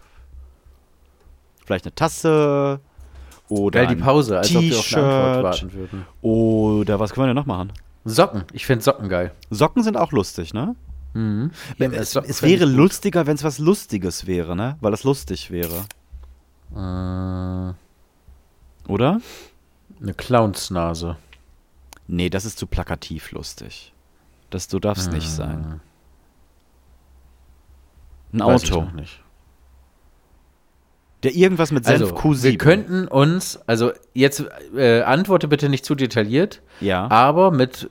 Speaker 1: Vielleicht eine Tasse oder
Speaker 3: Geil,
Speaker 1: ein
Speaker 3: die Pause, als ob wir auf eine Antwort
Speaker 1: T-Shirt
Speaker 3: warten würden.
Speaker 1: oder was können wir denn noch machen?
Speaker 3: Socken. Ich finde Socken geil.
Speaker 1: Socken sind auch lustig, ne?
Speaker 3: Mhm.
Speaker 1: Wenn-
Speaker 3: Ja,
Speaker 1: es,
Speaker 3: Socken
Speaker 1: es
Speaker 3: fänd ich
Speaker 1: wäre
Speaker 3: gut.
Speaker 1: lustiger, wenn es was Lustiges wäre, ne? Weil das lustig wäre,
Speaker 3: Äh, eine
Speaker 1: oder?
Speaker 3: Clownsnase.
Speaker 1: Nee, das ist zu plakativ lustig. Das, du darfst
Speaker 3: Ah.
Speaker 1: nicht sein. Ein
Speaker 3: Weiß ich
Speaker 1: Auto,
Speaker 3: noch nicht.
Speaker 1: der irgendwas mit Senf
Speaker 3: Also,
Speaker 1: Q7.
Speaker 3: wir könnten uns, also jetzt äh, antworte bitte nicht zu detailliert,
Speaker 1: ja.
Speaker 3: aber mit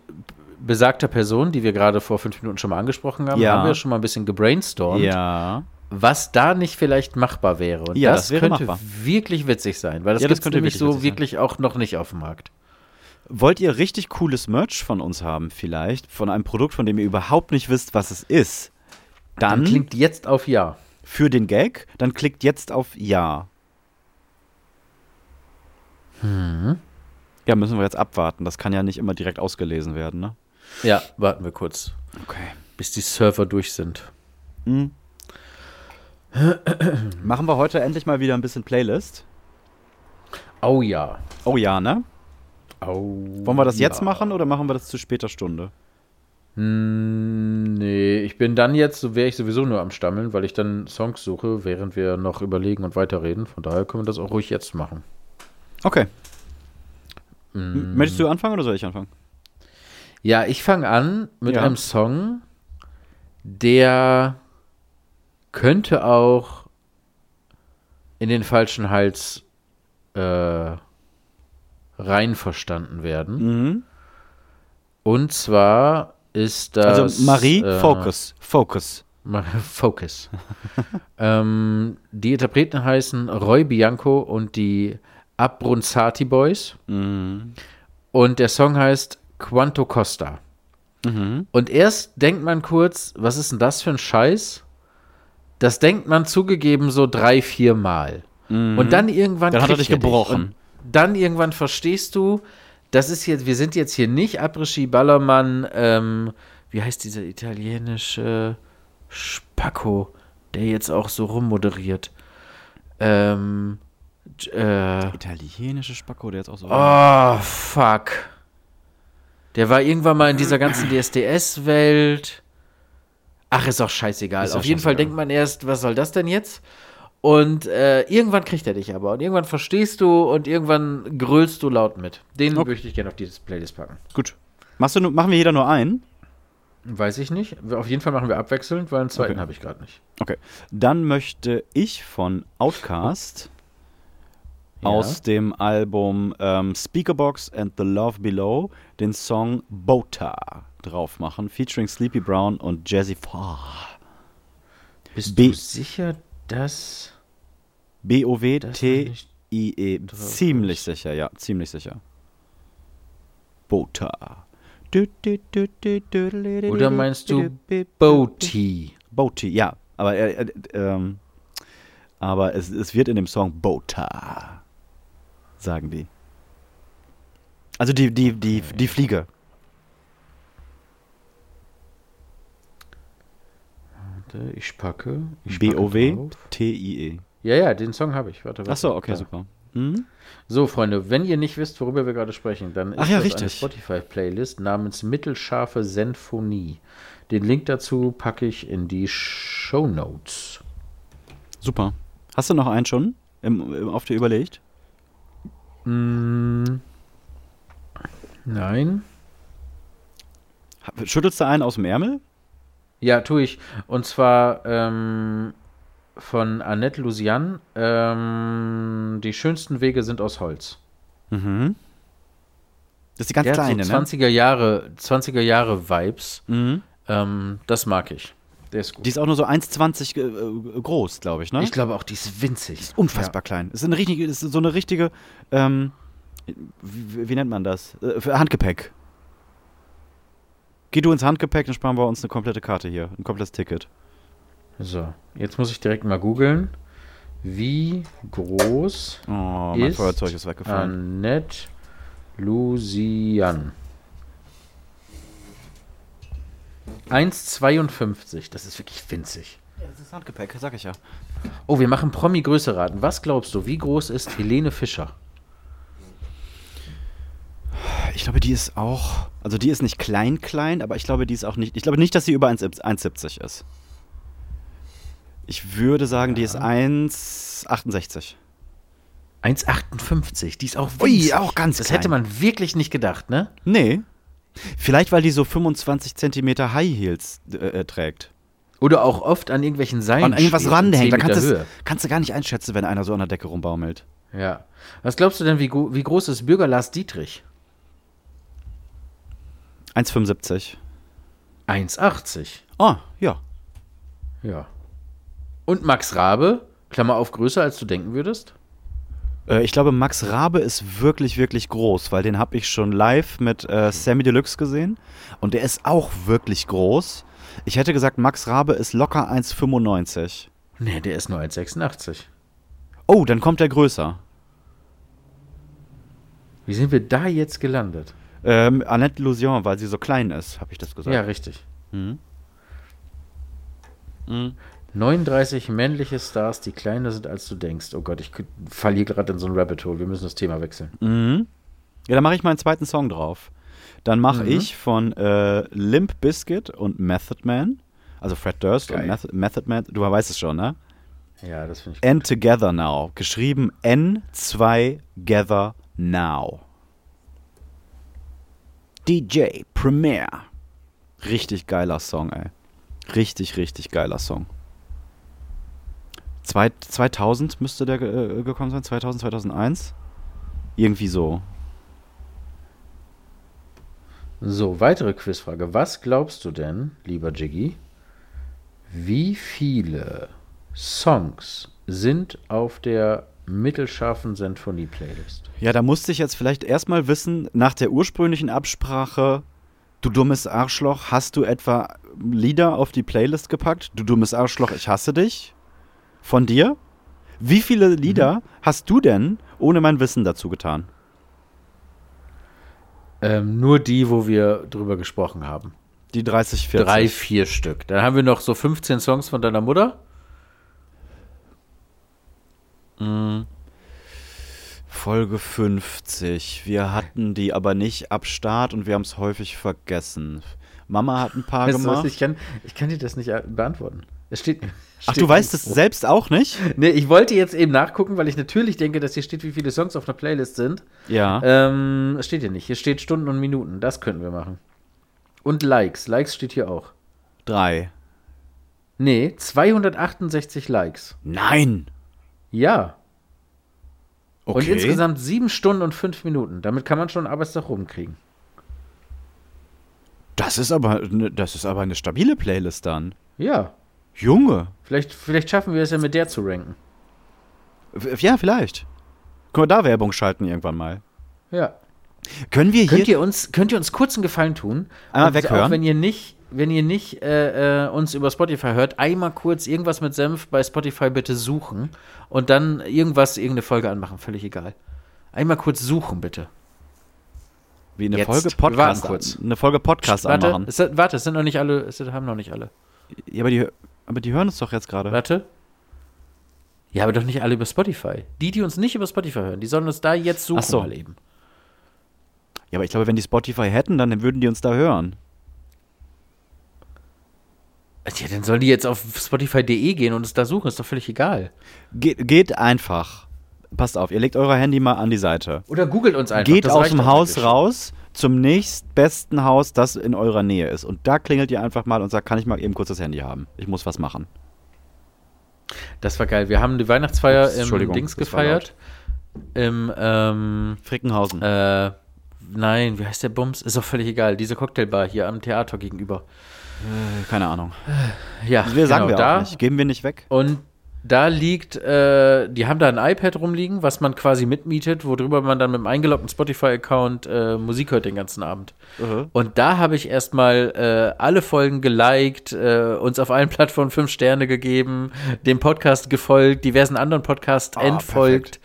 Speaker 3: besagter Person, die wir gerade vor fünf Minuten schon mal angesprochen haben,
Speaker 1: Ja.
Speaker 3: haben wir schon mal ein bisschen gebrainstormt,
Speaker 1: ja.
Speaker 3: was da nicht vielleicht machbar wäre. Und
Speaker 1: Ja,
Speaker 3: das,
Speaker 1: das wäre
Speaker 3: könnte
Speaker 1: machbar.
Speaker 3: wirklich witzig sein, weil das,
Speaker 1: Ja, das
Speaker 3: gibt's
Speaker 1: könnte
Speaker 3: nämlich
Speaker 1: wirklich
Speaker 3: so
Speaker 1: witzig sein.
Speaker 3: wirklich auch noch nicht auf dem Markt.
Speaker 1: Wollt ihr richtig cooles Merch von uns haben, vielleicht? Von einem Produkt, von dem ihr überhaupt nicht wisst, was es ist?
Speaker 3: Dann
Speaker 1: Dann,
Speaker 3: klingt jetzt auf Ja.
Speaker 1: für den Gag, dann klickt jetzt auf Ja.
Speaker 3: Hm.
Speaker 1: Ja, müssen wir jetzt abwarten. Das kann ja nicht immer direkt ausgelesen werden, ne?
Speaker 3: Ja, warten wir kurz,
Speaker 1: Okay.
Speaker 3: bis die Server durch sind.
Speaker 1: Machen wir heute endlich mal wieder ein bisschen Playlist.
Speaker 3: Oh ja.
Speaker 1: Oh ja, ne?
Speaker 3: Oh,
Speaker 1: Wollen wir das
Speaker 3: ja.
Speaker 1: jetzt machen oder machen wir das zu später Stunde?
Speaker 3: Nee, ich bin dann jetzt, so wäre ich sowieso nur am Stammeln, weil ich dann Songs suche, während wir noch überlegen und weiterreden. Von daher können wir das auch ruhig jetzt machen.
Speaker 1: Okay. M- Möchtest
Speaker 3: Mm.
Speaker 1: du anfangen oder soll ich anfangen?
Speaker 3: Ja, ich fange an mit
Speaker 1: Ja.
Speaker 3: einem Song, der könnte auch in den falschen Hals äh, rein verstanden werden.
Speaker 1: Mhm.
Speaker 3: Und zwar ist das.
Speaker 1: Also Marie,
Speaker 3: äh,
Speaker 1: Focus, Focus.
Speaker 3: Mal Focus. ähm, die Interpreten heißen Roy Bianco und die Abronzati Boys. Mhm. Und der Song heißt Quanto Costa.
Speaker 1: Mhm.
Speaker 3: Und erst denkt man kurz, was ist denn das für ein Scheiß? Das denkt man zugegeben so drei, vier Mal. Und dann irgendwann.
Speaker 1: Mhm. Dann hat er
Speaker 3: kriegt
Speaker 1: dich gebrochen.
Speaker 3: Und dann irgendwann verstehst du, das ist jetzt, wir sind jetzt hier nicht Abrischi Ballermann, ähm, wie heißt dieser italienische Spacco, der jetzt auch so rummoderiert. Ähm, j- äh,
Speaker 1: Italienische Spacko, der jetzt auch so.
Speaker 3: oh, fuck. Der war irgendwann mal in dieser ganzen DSDS-Welt. Ach, ist auch scheißegal.
Speaker 1: Ist auch
Speaker 3: Auf jeden Fall
Speaker 1: scheißegal.
Speaker 3: denkt man erst, was soll das denn jetzt? Und äh, irgendwann kriegt er dich aber. Und irgendwann verstehst du und irgendwann grölst du laut mit. Den möchte ich gerne auf dieses Playlist packen.
Speaker 1: Gut. Machst du, nu- machen wir jeder nur einen?
Speaker 3: Weiß ich nicht. Auf jeden Fall machen wir abwechselnd, weil einen zweiten habe ich gerade nicht.
Speaker 1: Okay. Dann möchte ich von Outcast
Speaker 3: Ja.
Speaker 1: aus dem Album ähm, Speakerbox and the Love Below den Song Bota drauf machen, featuring Sleepy Brown und Jazzy Farr.
Speaker 3: Bist
Speaker 1: B-
Speaker 3: du sicher, dass. nicht
Speaker 1: B-O-W-T-I-E.
Speaker 3: drauf
Speaker 1: E. Ziemlich sicher, ja, ziemlich sicher. Bota. Du, du, du, du, du,
Speaker 3: Oder meinst du
Speaker 1: Boti?
Speaker 3: Boti?
Speaker 1: Boti, ja. Aber, äh, äh, ähm, aber es, es wird in dem Song Bota, sagen die. Also die, die, die, die Fliege.
Speaker 3: Warte, Ich packe. Ich packe drauf.
Speaker 1: B-O-W-T-I-E.
Speaker 3: Ja, ja, den Song habe ich. Warte, warte.
Speaker 1: Achso, E. okay,
Speaker 3: Da.
Speaker 1: super. Hm?
Speaker 3: So, Freunde, wenn ihr nicht wisst, worüber wir gerade sprechen, dann ist
Speaker 1: Ach ja,
Speaker 3: das eine
Speaker 1: richtig.
Speaker 3: Spotify-Playlist namens Mittelscharfe Sinfonie. Den Link dazu packe ich in die Show Notes.
Speaker 1: Super. Hast du noch einen schon im, im, auf dir überlegt?
Speaker 3: Mm. Nein?
Speaker 1: Schüttelst du einen aus dem Ärmel?
Speaker 3: Ja, tue ich. Und zwar ähm, von Annette Lusian. Ähm, die schönsten Wege sind aus Holz.
Speaker 1: Mhm. Das ist die ganz
Speaker 3: Der
Speaker 1: kleine,
Speaker 3: hat so 20er Jahre, 20er Jahre Vibes.
Speaker 1: ne? Mhm.
Speaker 3: Ähm, das mag ich. Der ist gut.
Speaker 1: Die ist auch nur so 1,20 ge- äh, groß, glaube ich, ne?
Speaker 3: ich glaube auch, die ist winzig.
Speaker 1: unfassbar klein. Es ist eine richtige, es ist so eine richtige, ähm, wie, wie nennt man das? Äh, für Handgepäck. Geh du ins Handgepäck, dann sparen wir uns eine komplette Karte hier, ein komplettes Ticket.
Speaker 3: So, jetzt muss ich direkt mal googeln. Wie groß
Speaker 1: Oh, mein
Speaker 3: ist
Speaker 1: Feuerzeug ist weggefallen.
Speaker 3: Annette Lusian? 1,52. Das ist wirklich winzig.
Speaker 1: das ist Handgepäck, sag ich ja.
Speaker 3: Oh, wir machen Promi-Größe-Raten. Was glaubst du, wie groß ist Helene Fischer?
Speaker 1: Ich glaube, die ist auch, also die ist nicht klein, klein, aber ich glaube, die ist auch nicht, ich glaube nicht, dass sie über 1,70 1,70 ist. Ich würde sagen, die ist 1,68.
Speaker 3: 1,58. Die ist auch
Speaker 1: Ui,
Speaker 3: winzig.
Speaker 1: auch ganz
Speaker 3: Das
Speaker 1: klein.
Speaker 3: hätte man wirklich nicht gedacht, ne?
Speaker 1: Nee. Vielleicht, weil die so 25 Zentimeter High Heels äh, äh, trägt.
Speaker 3: Oder auch oft an irgendwelchen
Speaker 1: an
Speaker 3: Seilen
Speaker 1: irgendwas
Speaker 3: steht, in
Speaker 1: ranhängt.
Speaker 3: 10
Speaker 1: Dann kannst
Speaker 3: Meter
Speaker 1: du
Speaker 3: Höhe.
Speaker 1: kannst du gar nicht einschätzen, wenn einer so an der Decke rumbaumelt.
Speaker 3: Ja. Was glaubst du denn, wie, gu- wie groß ist Bürger Lars Dietrich?
Speaker 1: 1,75.
Speaker 3: 1,80.
Speaker 1: Ah, ja.
Speaker 3: Ja. Und Max Rabe, Klammer auf, größer als du denken würdest?
Speaker 1: Äh, ich glaube, Max Rabe ist wirklich, wirklich groß, weil den habe ich schon live mit
Speaker 3: Mhm.
Speaker 1: äh, Sammy Deluxe gesehen. Und der ist auch wirklich groß. Ich hätte gesagt, Max Rabe ist locker 1,95.
Speaker 3: Nee, der ist nur 1,86.
Speaker 1: Oh, dann kommt der größer.
Speaker 3: Wie sind wir da jetzt gelandet?
Speaker 1: Ähm, Annette Lusion, weil sie so klein ist, habe ich das gesagt.
Speaker 3: Ja, richtig. Mhm. 39 Mhm. männliche Stars, die kleiner sind, als du denkst. Oh Gott, ich falle hier gerade in so ein Rabbit Hole. Wir müssen das Thema wechseln.
Speaker 1: Ja, dann mache ich meinen zweiten Song drauf. Dann mache
Speaker 3: Mhm.
Speaker 1: ich von äh, Limp Bizkit und Method Man, also Fred Durst und
Speaker 3: Geil.
Speaker 1: Method, Method Man, du weißt es schon, ne?
Speaker 3: Ja, das finde ich.
Speaker 1: And Together Now, geschrieben N2 Gather Now. DJ Premier. Richtig geiler Song, ey. Richtig, richtig geiler Song. Zwei, 2000 müsste der äh, gekommen sein, 2000, 2001. Irgendwie so.
Speaker 3: So, weitere Quizfrage. Was glaubst du denn, lieber Jiggy, wie viele Songs sind auf der mittelscharfen Sinfonie-Playlist?
Speaker 1: Ja, da musste ich jetzt vielleicht erstmal wissen, nach der ursprünglichen Absprache, du dummes Arschloch, hast du etwa Lieder auf die Playlist gepackt? Du dummes Arschloch, ich hasse dich? Von dir? Wie viele Lieder hast du denn ohne mein Wissen dazu getan?
Speaker 3: Ähm, nur die, wo wir drüber gesprochen haben.
Speaker 1: Die 30, 40.
Speaker 3: Drei, vier Stück. Dann haben wir noch so 15 Songs von deiner Mutter.
Speaker 1: Folge 50. Wir hatten die aber nicht ab Start und wir haben es häufig vergessen. Mama hat ein paar
Speaker 3: Weißt du was,
Speaker 1: gemacht.
Speaker 3: ich, kann, ich kann dir das nicht äh, beantworten. Es steht.
Speaker 1: Ach,
Speaker 3: steht-
Speaker 1: du weißt es selbst auch nicht?
Speaker 3: Nee, ich wollte jetzt eben nachgucken, weil ich natürlich denke, dass hier steht, wie viele Songs auf einer Playlist sind.
Speaker 1: Ja.
Speaker 3: Ähm, es steht hier nicht. Hier steht Stunden und Minuten. Das könnten wir machen. Und Likes. Likes steht hier auch.
Speaker 1: Drei.
Speaker 3: Nee, 268 Likes.
Speaker 1: Nein!
Speaker 3: Ja.
Speaker 1: Okay.
Speaker 3: Und insgesamt 7 Stunden und 5 Minuten. Damit kann man schon einen Arbeitstag rumkriegen.
Speaker 1: das, ist aber, ne- das ist aber eine stabile Playlist dann.
Speaker 3: Ja.
Speaker 1: Junge!
Speaker 3: Vielleicht, vielleicht schaffen wir es ja mit der zu ranken.
Speaker 1: W- Ja, vielleicht. Können wir da Werbung schalten irgendwann mal?
Speaker 3: Ja.
Speaker 1: Können wir hier.
Speaker 3: Könnt ihr, uns, könnt ihr uns kurz einen Gefallen tun?
Speaker 1: Einmal
Speaker 3: Und
Speaker 1: weghören.
Speaker 3: Auch wenn ihr nicht, wenn ihr nicht äh, äh, uns über Spotify hört, einmal kurz irgendwas mit Senf bei Spotify bitte suchen und dann irgendwas, irgendeine Folge anmachen, völlig egal. Einmal kurz suchen, bitte.
Speaker 1: wie eine
Speaker 3: jetzt.
Speaker 1: Folge
Speaker 3: Wir warten
Speaker 1: Podcast.
Speaker 3: kurz.
Speaker 1: Eine Folge Podcast
Speaker 3: warte,
Speaker 1: anmachen.
Speaker 3: es, sind- warte, es sind noch nicht alle, es sind- haben noch nicht alle.
Speaker 1: Ja, aber die, aber die hören uns doch jetzt gerade.
Speaker 3: Warte. Ja, aber doch nicht alle über Spotify. Die, die uns nicht über Spotify hören, die sollen uns da jetzt suchen
Speaker 1: Ach so.
Speaker 3: mal eben.
Speaker 1: Ja, aber ich glaube, wenn die Spotify hätten, dann würden die uns da hören.
Speaker 3: Ja, dann sollen die jetzt auf spotify.de gehen und es da suchen, ist doch völlig egal.
Speaker 1: Geht, geht einfach. Passt auf, ihr legt euer Handy mal an die Seite.
Speaker 3: Oder googelt uns einfach.
Speaker 1: Geht
Speaker 3: das
Speaker 1: aus
Speaker 3: reicht
Speaker 1: dem
Speaker 3: doch
Speaker 1: Haus
Speaker 3: wirklich.
Speaker 1: raus zum nächstbesten Haus, das in eurer Nähe ist. Und da klingelt ihr einfach mal und sagt, kann ich mal eben kurz das Handy haben? Ich muss was machen.
Speaker 3: Das war geil. Wir haben die Weihnachtsfeier
Speaker 1: Ups,
Speaker 3: im
Speaker 1: Entschuldigung,
Speaker 3: Dings
Speaker 1: das war
Speaker 3: gefeiert. Im, ähm,
Speaker 1: Frickenhausen.
Speaker 3: äh, nein, wie heißt der Bums? Ist doch völlig egal. Diese Cocktailbar hier am Theater gegenüber.
Speaker 1: Keine Ahnung.
Speaker 3: Ja, genau,
Speaker 1: Wir sagen wir
Speaker 3: da.
Speaker 1: auch nicht. Geben wir nicht weg.
Speaker 3: Und da liegt, äh, die haben da ein iPad rumliegen, was man quasi mitmietet, worüber man dann mit dem eingeloggten Spotify-Account äh, Musik hört den ganzen Abend. Und da habe ich erstmal äh, alle Folgen geliked, äh, uns auf allen Plattformen fünf Sterne gegeben, dem Podcast gefolgt, diversen anderen Podcasts entfolgt.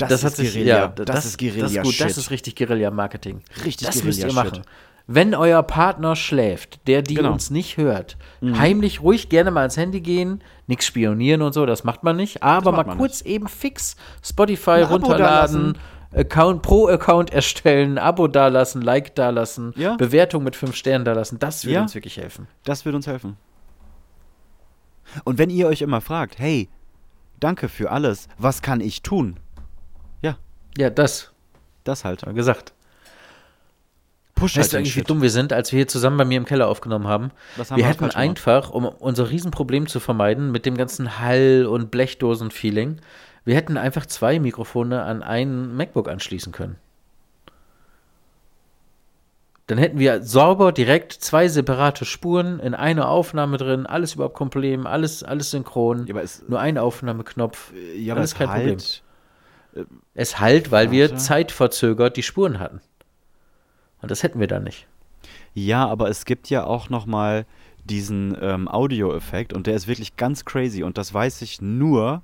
Speaker 1: Ah, Das ist Guerilla.
Speaker 3: ja,
Speaker 1: Das
Speaker 3: das,
Speaker 1: ist
Speaker 3: ist
Speaker 1: Guerilla
Speaker 3: Das ist, gut,
Speaker 1: Shit.
Speaker 3: das ist richtig Guerilla-Marketing.
Speaker 1: Richtig
Speaker 3: das müsst ihr
Speaker 1: Guerilla
Speaker 3: machen.
Speaker 1: Shit.
Speaker 3: Wenn euer Partner schläft, der die
Speaker 1: Genau. Mhm.
Speaker 3: uns nicht hört, heimlich ruhig gerne mal ans Handy gehen, nichts spionieren und so, das macht man nicht, aber
Speaker 1: macht
Speaker 3: mal
Speaker 1: man
Speaker 3: kurz eben fix Spotify
Speaker 1: Abo
Speaker 3: runterladen, Account pro Account erstellen, Abo dalassen, Like dalassen,
Speaker 1: Ja.
Speaker 3: Bewertung mit fünf Sternen dalassen, das würde
Speaker 1: Ja.
Speaker 3: uns wirklich helfen.
Speaker 1: Das wird uns helfen. Und wenn ihr euch immer fragt, hey, danke für alles, was kann ich tun? Ja,
Speaker 3: Ja, das,
Speaker 1: das halt.
Speaker 3: mal gesagt.
Speaker 1: Push halt
Speaker 3: Weißt du
Speaker 1: den
Speaker 3: eigentlich, wie
Speaker 1: Shit.
Speaker 3: dumm wir sind, als wir hier zusammen bei mir im Keller aufgenommen haben?
Speaker 1: Was haben
Speaker 3: wir
Speaker 1: wir
Speaker 3: hätten
Speaker 1: falsch gemacht?
Speaker 3: einfach, um unser Riesenproblem zu vermeiden, mit dem ganzen Hall- und Blechdosen-Feeling, wir hätten einfach zwei Mikrofone an einen MacBook anschließen können. Dann hätten wir sauber direkt zwei separate Spuren in einer Aufnahme drin, alles überhaupt kein Problem, alles, alles synchron,
Speaker 1: Ja, aber es-
Speaker 3: nur ein Aufnahmeknopf,
Speaker 1: Ja, aber
Speaker 3: alles
Speaker 1: es
Speaker 3: kein
Speaker 1: halt,
Speaker 3: Problem. Es halt, weil wir
Speaker 1: Warte.
Speaker 3: zeitverzögert die Spuren hatten. Und das hätten wir dann nicht.
Speaker 1: Ja, aber es gibt ja auch noch mal diesen ähm, Audio-Effekt und der ist wirklich ganz crazy und das weiß ich nur,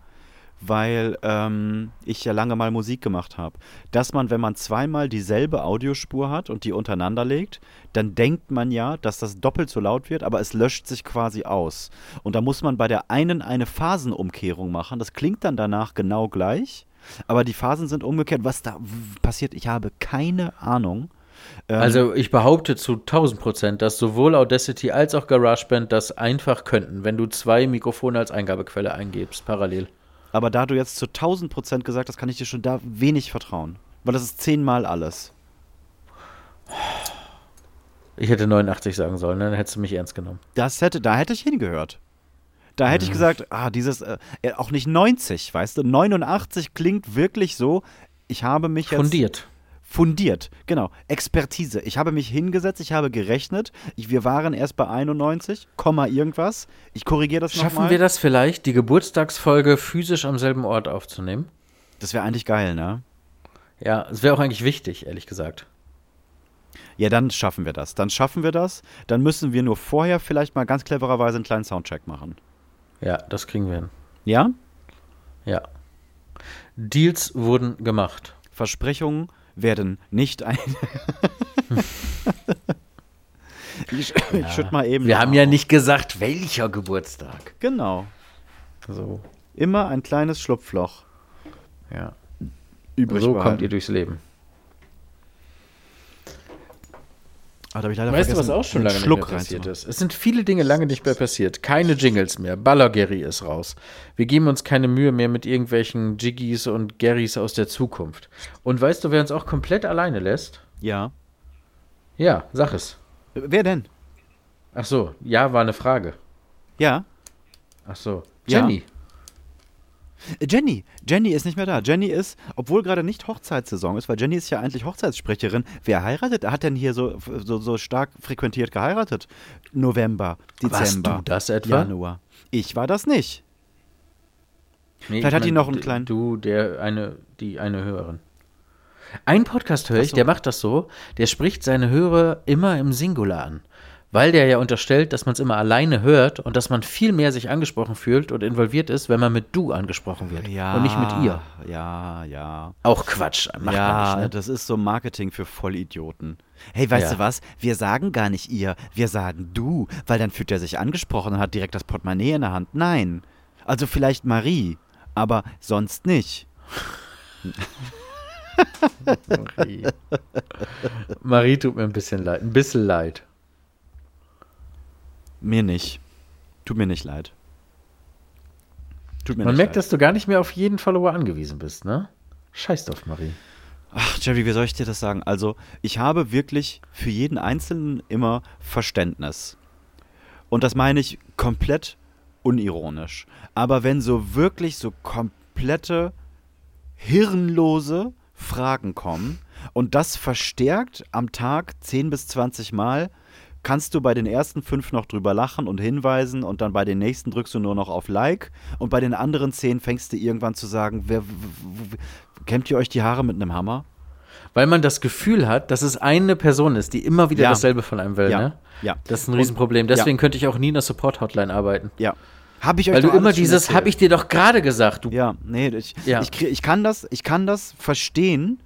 Speaker 1: weil ähm, ich ja lange mal Musik gemacht habe. Dass man, wenn man zweimal dieselbe Audiospur hat und die untereinander legt, dann denkt man ja, dass das doppelt so laut wird, aber es löscht sich quasi aus. Und da muss man bei der einen eine Phasenumkehrung machen. Das klingt dann danach genau gleich, aber die Phasen sind umgekehrt. Was da w- passiert, ich habe keine Ahnung.
Speaker 3: Also ich behaupte zu 1000 Prozent, dass sowohl Audacity als auch GarageBand das einfach könnten, wenn du zwei Mikrofone als Eingabequelle eingibst, parallel.
Speaker 1: Aber da du jetzt zu 1000 Prozent gesagt hast, kann ich dir schon da wenig vertrauen. Weil das ist zehnmal alles.
Speaker 3: Ich hätte 89 sagen sollen, ne? dann hättest du mich ernst genommen.
Speaker 1: Das hätte, da hätte ich hingehört. Da hätte
Speaker 3: Hm.
Speaker 1: ich gesagt, ah, dieses, äh, ja, auch nicht 90, weißt du, 89 klingt wirklich so, ich habe mich jetzt
Speaker 3: Fundiert.
Speaker 1: fundiert, genau, Expertise. Ich habe mich hingesetzt, ich habe gerechnet, ich, wir waren erst bei 91, Komma irgendwas, ich korrigiere das
Speaker 3: Schaffen
Speaker 1: nochmal.
Speaker 3: wir das vielleicht, die Geburtstagsfolge physisch am selben Ort aufzunehmen?
Speaker 1: Das wäre eigentlich geil, ne?
Speaker 3: Ja, es wäre auch eigentlich wichtig, ehrlich gesagt.
Speaker 1: Ja, dann schaffen wir das, dann schaffen wir das, dann müssen wir nur vorher vielleicht mal ganz clevererweise einen kleinen Soundcheck machen.
Speaker 3: Ja, das kriegen wir hin.
Speaker 1: Ja?
Speaker 3: Ja. Deals wurden gemacht.
Speaker 1: Versprechungen werden nicht ein. ich ich schütt mal eben.
Speaker 3: Wir
Speaker 1: nach.
Speaker 3: haben ja nicht gesagt, welcher Geburtstag.
Speaker 1: Genau.
Speaker 3: So,
Speaker 1: Immer ein kleines Schlupfloch
Speaker 3: ja.
Speaker 1: übrig.
Speaker 3: So
Speaker 1: behalten.
Speaker 3: kommt ihr durchs Leben.
Speaker 1: Ah, da hab ich leider
Speaker 3: Weißt du, was
Speaker 1: vergessen,
Speaker 3: auch schon
Speaker 1: einen
Speaker 3: lange
Speaker 1: Schluck
Speaker 3: nicht mehr passiert
Speaker 1: reinzumachen.
Speaker 3: ist? Es sind viele Dinge lange nicht mehr passiert. Keine Jingles mehr. Ballergerry ist raus. Wir geben uns keine Mühe mehr mit irgendwelchen Jiggies und Garys aus der Zukunft. Und weißt du, wer uns auch komplett alleine lässt?
Speaker 1: Ja.
Speaker 3: Ja, sag es.
Speaker 1: Wer denn?
Speaker 3: Ach so, ja, war eine Frage.
Speaker 1: Ja.
Speaker 3: Ach so.
Speaker 1: Ja.
Speaker 3: Jenny.
Speaker 1: Äh, Jenny. Jenny ist nicht mehr da. Jenny ist, obwohl gerade nicht Hochzeitssaison ist, weil Jenny ist ja eigentlich Hochzeitssprecherin. Wer heiratet? Hat denn hier so, so, so stark frequentiert geheiratet? November,
Speaker 3: Warst
Speaker 1: Dezember.
Speaker 3: du das etwa?
Speaker 1: Januar. Ich war das nicht.
Speaker 3: Nee,
Speaker 1: Vielleicht
Speaker 3: ich
Speaker 1: hat die
Speaker 3: mein,
Speaker 1: noch einen
Speaker 3: d-
Speaker 1: kleinen-
Speaker 3: Du, der eine, die eine Hörerin. Ein Podcast höre ich,
Speaker 1: so.
Speaker 3: der macht das so, der spricht seine Hörer immer im Singular an. Weil der ja unterstellt, dass man es immer alleine hört und dass man viel mehr sich angesprochen fühlt und involviert ist, wenn man mit du angesprochen wird und nicht mit ihr.
Speaker 1: Ja, ja.
Speaker 3: Auch Quatsch, macht
Speaker 1: ja,
Speaker 3: man nicht. Ne?
Speaker 1: das ist so Marketing für Vollidioten. Hey, weißt
Speaker 3: Ja.
Speaker 1: du was? Wir sagen gar nicht ihr, wir sagen du, weil dann fühlt er sich angesprochen und hat direkt das Portemonnaie in der Hand. Nein. Also vielleicht Marie, aber sonst nicht.
Speaker 3: Marie. Marie tut mir ein bisschen leid. Ein bisschen leid.
Speaker 1: Mir nicht. Tut mir nicht leid. Tut mir
Speaker 3: Man
Speaker 1: nicht leid.
Speaker 3: merkt, dass du gar nicht mehr auf jeden Follower angewiesen bist, ne? Scheiß drauf, Marie.
Speaker 1: Ach, Jerry, wie soll ich dir das sagen? Also, ich habe wirklich für jeden Einzelnen immer Verständnis. Und das meine ich komplett unironisch. Aber wenn so wirklich so komplette hirnlose Fragen kommen und das verstärkt am Tag 10 bis 20 Mal, kannst du bei den ersten fünf noch drüber lachen und hinweisen und dann bei den nächsten drückst du nur noch auf Like und bei den anderen zehn fängst du irgendwann zu sagen, wer, w- w- w- kämmt ihr euch die Haare mit einem Hammer?
Speaker 3: Weil man das Gefühl hat, dass es eine Person ist, die immer wieder
Speaker 1: Ja.
Speaker 3: dasselbe von einem will.
Speaker 1: Ja.
Speaker 3: Ne?
Speaker 1: Ja.
Speaker 3: Das ist ein Riesenproblem. Deswegen
Speaker 1: Ja.
Speaker 3: könnte ich auch nie in der Support-Hotline arbeiten.
Speaker 1: Ja. Habe ich euch
Speaker 3: Weil du
Speaker 1: doch alles
Speaker 3: immer
Speaker 1: schon
Speaker 3: dieses,
Speaker 1: erzählt.
Speaker 3: habe ich dir doch gerade gesagt. Du,
Speaker 1: Ja, nee, ich,
Speaker 3: Ja.
Speaker 1: Ich, krieg, ich, kann das, ich kann das verstehen,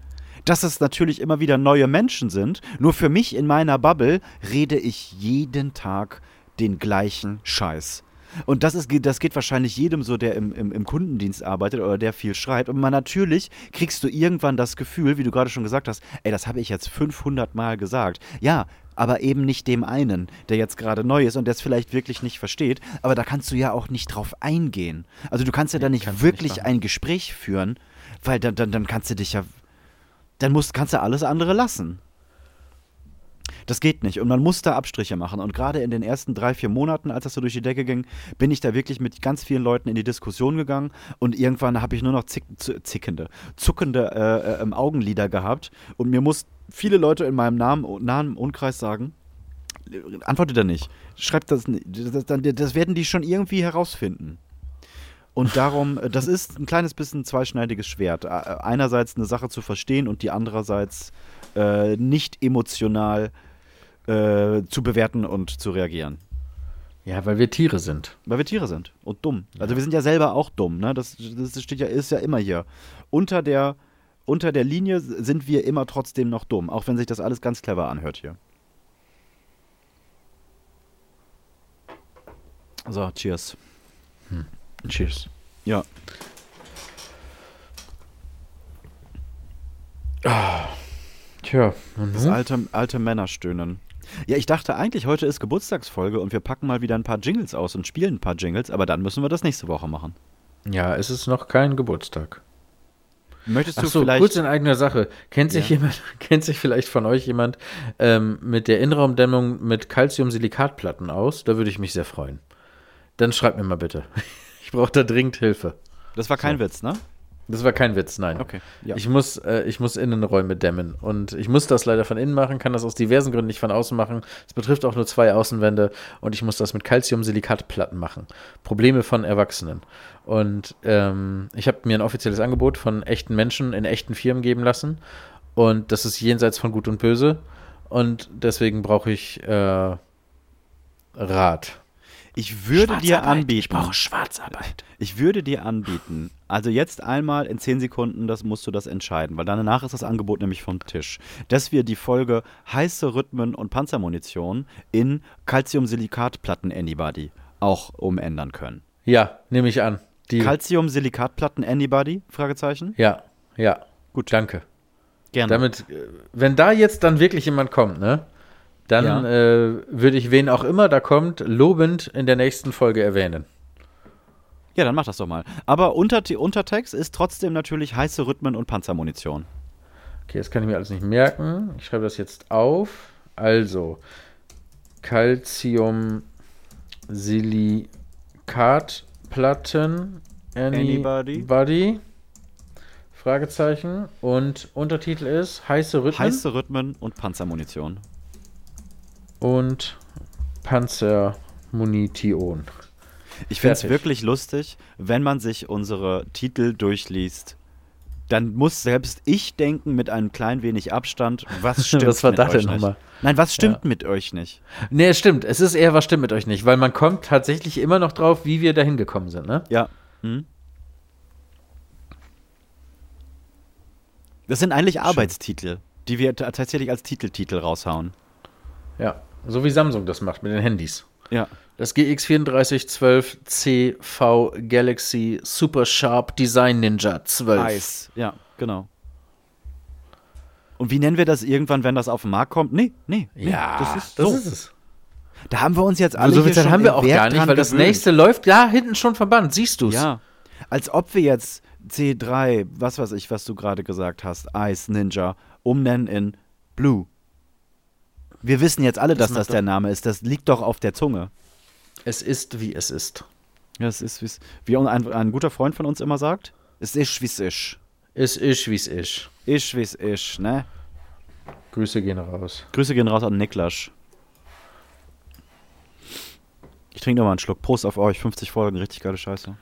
Speaker 1: dass es natürlich immer wieder neue Menschen sind. Nur für mich in meiner Bubble rede ich jeden Tag den gleichen Scheiß. Und das, ist, das geht wahrscheinlich jedem so, der im, im, im Kundendienst arbeitet oder der viel schreibt. Und man natürlich kriegst du irgendwann das Gefühl, wie du gerade schon gesagt hast, ey, das habe ich jetzt 500 Mal gesagt. Ja, aber eben nicht dem einen, der jetzt gerade neu ist und der es vielleicht wirklich nicht versteht. Aber da kannst du ja auch nicht drauf eingehen. Also du kannst ja da nicht
Speaker 3: kannst du nicht
Speaker 1: wirklich
Speaker 3: machen.
Speaker 1: ein Gespräch führen, weil dann, dann, dann kannst du dich ja, dann musst, kannst du alles andere lassen. Das geht nicht und man muss da Abstriche machen. Und gerade in den ersten drei, vier Monaten, als das so durch die Decke ging, bin ich da wirklich mit ganz vielen Leuten in die Diskussion gegangen und irgendwann habe ich nur noch zick, zu- zickende, zuckende äh, äh, ähm, Augenlider gehabt und mir mussten viele Leute in meinem Namen, nahen Umkreis sagen, antwortet er nicht. Schreibt das, ni- das, dann- das werden die schon irgendwie herausfinden. Und darum, äh, das ist ein kleines bisschen zweischneidiges Schwert. Äh, Einerseits eine Sache zu verstehen und die andererseits äh, nicht emotional äh, zu bewerten und zu reagieren.
Speaker 3: ja, weil wir Tiere sind.
Speaker 1: Weil wir Tiere sind und dumm. Also wir sind ja selber auch dumm, ne? Das, das steht ja, ist ja immer hier. Unter der, unter der Linie sind wir immer trotzdem noch dumm, auch wenn sich das alles ganz clever anhört hier. So, cheers. Hm.
Speaker 3: Cheers.
Speaker 1: Ja.
Speaker 3: Tja.
Speaker 1: Das alte, alte Männerstöhnen. Ja, ich dachte eigentlich, heute ist Geburtstagsfolge und wir packen mal wieder ein paar Jingles aus und spielen ein paar Jingles, aber dann müssen wir das nächste Woche machen.
Speaker 3: Ja, es ist noch kein Geburtstag.
Speaker 1: Möchtest du
Speaker 3: Ach so,
Speaker 1: vielleicht.
Speaker 3: kurz in eigener Sache. Kennt sich
Speaker 1: Ja.
Speaker 3: jemand, kennt sich vielleicht von euch jemand ähm, mit der Innenraumdämmung mit Calciumsilikatplatten aus? Da würde ich mich sehr freuen. Dann schreibt mir mal bitte. Ich brauche da dringend Hilfe.
Speaker 1: das war kein Witz, ne?
Speaker 3: Das war kein Witz, nein.
Speaker 1: Okay, ja.
Speaker 3: Ich, muss, äh, ich muss Innenräume dämmen. Und ich muss das leider von innen machen, kann das aus diversen Gründen nicht von außen machen. Es betrifft auch nur zwei Außenwände und ich muss das mit Calciumsilikatplatten machen. Probleme von Erwachsenen. Und ähm, ich habe mir ein offizielles Angebot von echten Menschen in echten Firmen geben lassen. Und das ist jenseits von Gut und Böse. Und deswegen brauche ich äh, Rat.
Speaker 1: Ich würde dir
Speaker 3: Schwarzarbeit.
Speaker 1: anbieten.
Speaker 3: Ich brauche Schwarzarbeit.
Speaker 1: Ich würde dir anbieten, also jetzt einmal in 10 Sekunden, das musst du das entscheiden, weil danach ist das Angebot nämlich vom Tisch, dass wir die Folge heiße Rhythmen und Panzermunition in Calciumsilikatplatten Anybody auch umändern können.
Speaker 3: Ja, nehme ich an. Die,
Speaker 1: Calciumsilikatplatten Anybody? Fragezeichen?
Speaker 3: ja, ja. Gut, danke.
Speaker 1: Gerne.
Speaker 3: Damit, äh, wenn da jetzt dann wirklich jemand kommt, ne? Dann
Speaker 1: Ja.
Speaker 3: äh, würde ich wen auch immer da kommt, lobend in der nächsten Folge erwähnen.
Speaker 1: ja, dann mach das doch mal. Aber unter, Untertext ist trotzdem natürlich heiße Rhythmen und Panzermunition.
Speaker 3: Okay, das kann ich mir alles nicht merken. Ich schreibe das jetzt auf. Also, Calcium-Silikatplatten.
Speaker 1: Anybody?
Speaker 3: Buddy? Fragezeichen. Und Untertitel ist Heiße Rhythmen
Speaker 1: Heiße Rhythmen und Panzermunition.
Speaker 3: und Panzermunition.
Speaker 1: Ich finde es
Speaker 3: Fertig.
Speaker 1: wirklich lustig, wenn man sich unsere Titel durchliest. Dann muss selbst ich denken mit einem klein wenig Abstand, was stimmt
Speaker 3: Was war
Speaker 1: mit
Speaker 3: das
Speaker 1: euch
Speaker 3: denn
Speaker 1: nicht?
Speaker 3: nochmal?
Speaker 1: Nein, was stimmt mit euch nicht?
Speaker 3: Nee, stimmt. Es ist eher, was stimmt mit euch nicht, weil man kommt tatsächlich immer noch drauf, wie wir dahin gekommen sind, ne?
Speaker 1: Ja. Hm? Das sind eigentlich Arbeitstitel, die wir ta- tatsächlich als Titeltitel raushauen.
Speaker 3: Ja. So wie Samsung das macht mit den Handys.
Speaker 1: Ja.
Speaker 3: Das GX3412 CV Galaxy Super Sharp Design Ninja 12.
Speaker 1: Eis. Ja, genau. Und wie nennen wir das irgendwann, wenn das auf den Markt kommt? Nee, nee. nee
Speaker 3: Ja,
Speaker 1: das ist so.
Speaker 3: es. Also
Speaker 1: Da haben wir uns jetzt alle
Speaker 3: so viel
Speaker 1: hier
Speaker 3: Zeit
Speaker 1: schon
Speaker 3: haben wir
Speaker 1: im
Speaker 3: auch
Speaker 1: Werk
Speaker 3: gar nicht,
Speaker 1: dran
Speaker 3: weil das
Speaker 1: gewöhnt.
Speaker 3: nächste läuft da hinten schon verbannt. Siehst du's?
Speaker 1: Ja. Als ob wir jetzt C3, was weiß ich, was du gerade gesagt hast, Ice Ninja, umnennen in Blue. Wir wissen jetzt alle, dass das
Speaker 3: macht
Speaker 1: der Name ist. Das liegt doch auf der Zunge.
Speaker 3: Es ist, wie es ist.
Speaker 1: Ja, es ist, wie's- wie un- ein, ein guter Freund von uns immer sagt, es ist, wie's ist.
Speaker 3: Es ist, wie es ist.
Speaker 1: Ich, wie's ist, ne?
Speaker 3: Grüße gehen raus.
Speaker 1: Grüße gehen raus an Niklas. Ich trinke nochmal einen Schluck. Prost auf euch. 50 Folgen, richtig geile Scheiße.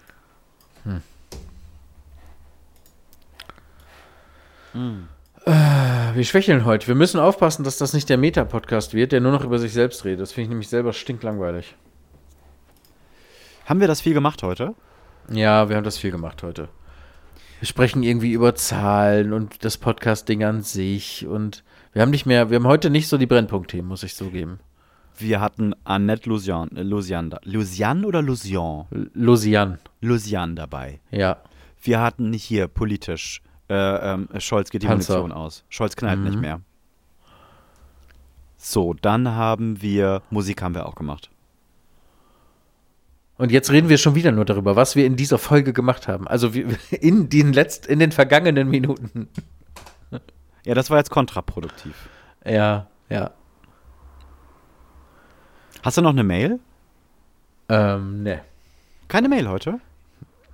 Speaker 3: Wir schwächeln heute. Wir müssen aufpassen, dass das nicht der Meta-Podcast wird, der nur noch über sich selbst redet. Das finde ich nämlich selber stinklangweilig.
Speaker 1: Haben wir das viel gemacht heute?
Speaker 3: Ja, wir haben das viel gemacht heute. Wir sprechen irgendwie über Zahlen und das Podcast-Ding an sich und wir haben nicht mehr, wir haben heute nicht so die Brennpunktthemen, muss ich zugeben.
Speaker 1: Wir hatten Annette Lusian, äh, Lusian, da- Lusian oder Lusion?
Speaker 3: L- Lusian,
Speaker 1: Lusian dabei.
Speaker 3: ja.
Speaker 1: Wir hatten hier politisch. Äh, ähm, Scholz geht die
Speaker 3: Panzer. Mhm.
Speaker 1: Munition aus. Scholz knallt nicht mehr. So, dann haben wir Musik haben wir auch gemacht.
Speaker 3: Und jetzt reden wir schon wieder nur darüber, was wir in dieser Folge gemacht haben. Also wir, in, den letzt, in den vergangenen Minuten.
Speaker 1: Ja, das war jetzt kontraproduktiv.
Speaker 3: Ja, ja.
Speaker 1: Hast du noch eine Mail?
Speaker 3: Ähm, ne.
Speaker 1: Keine Mail heute?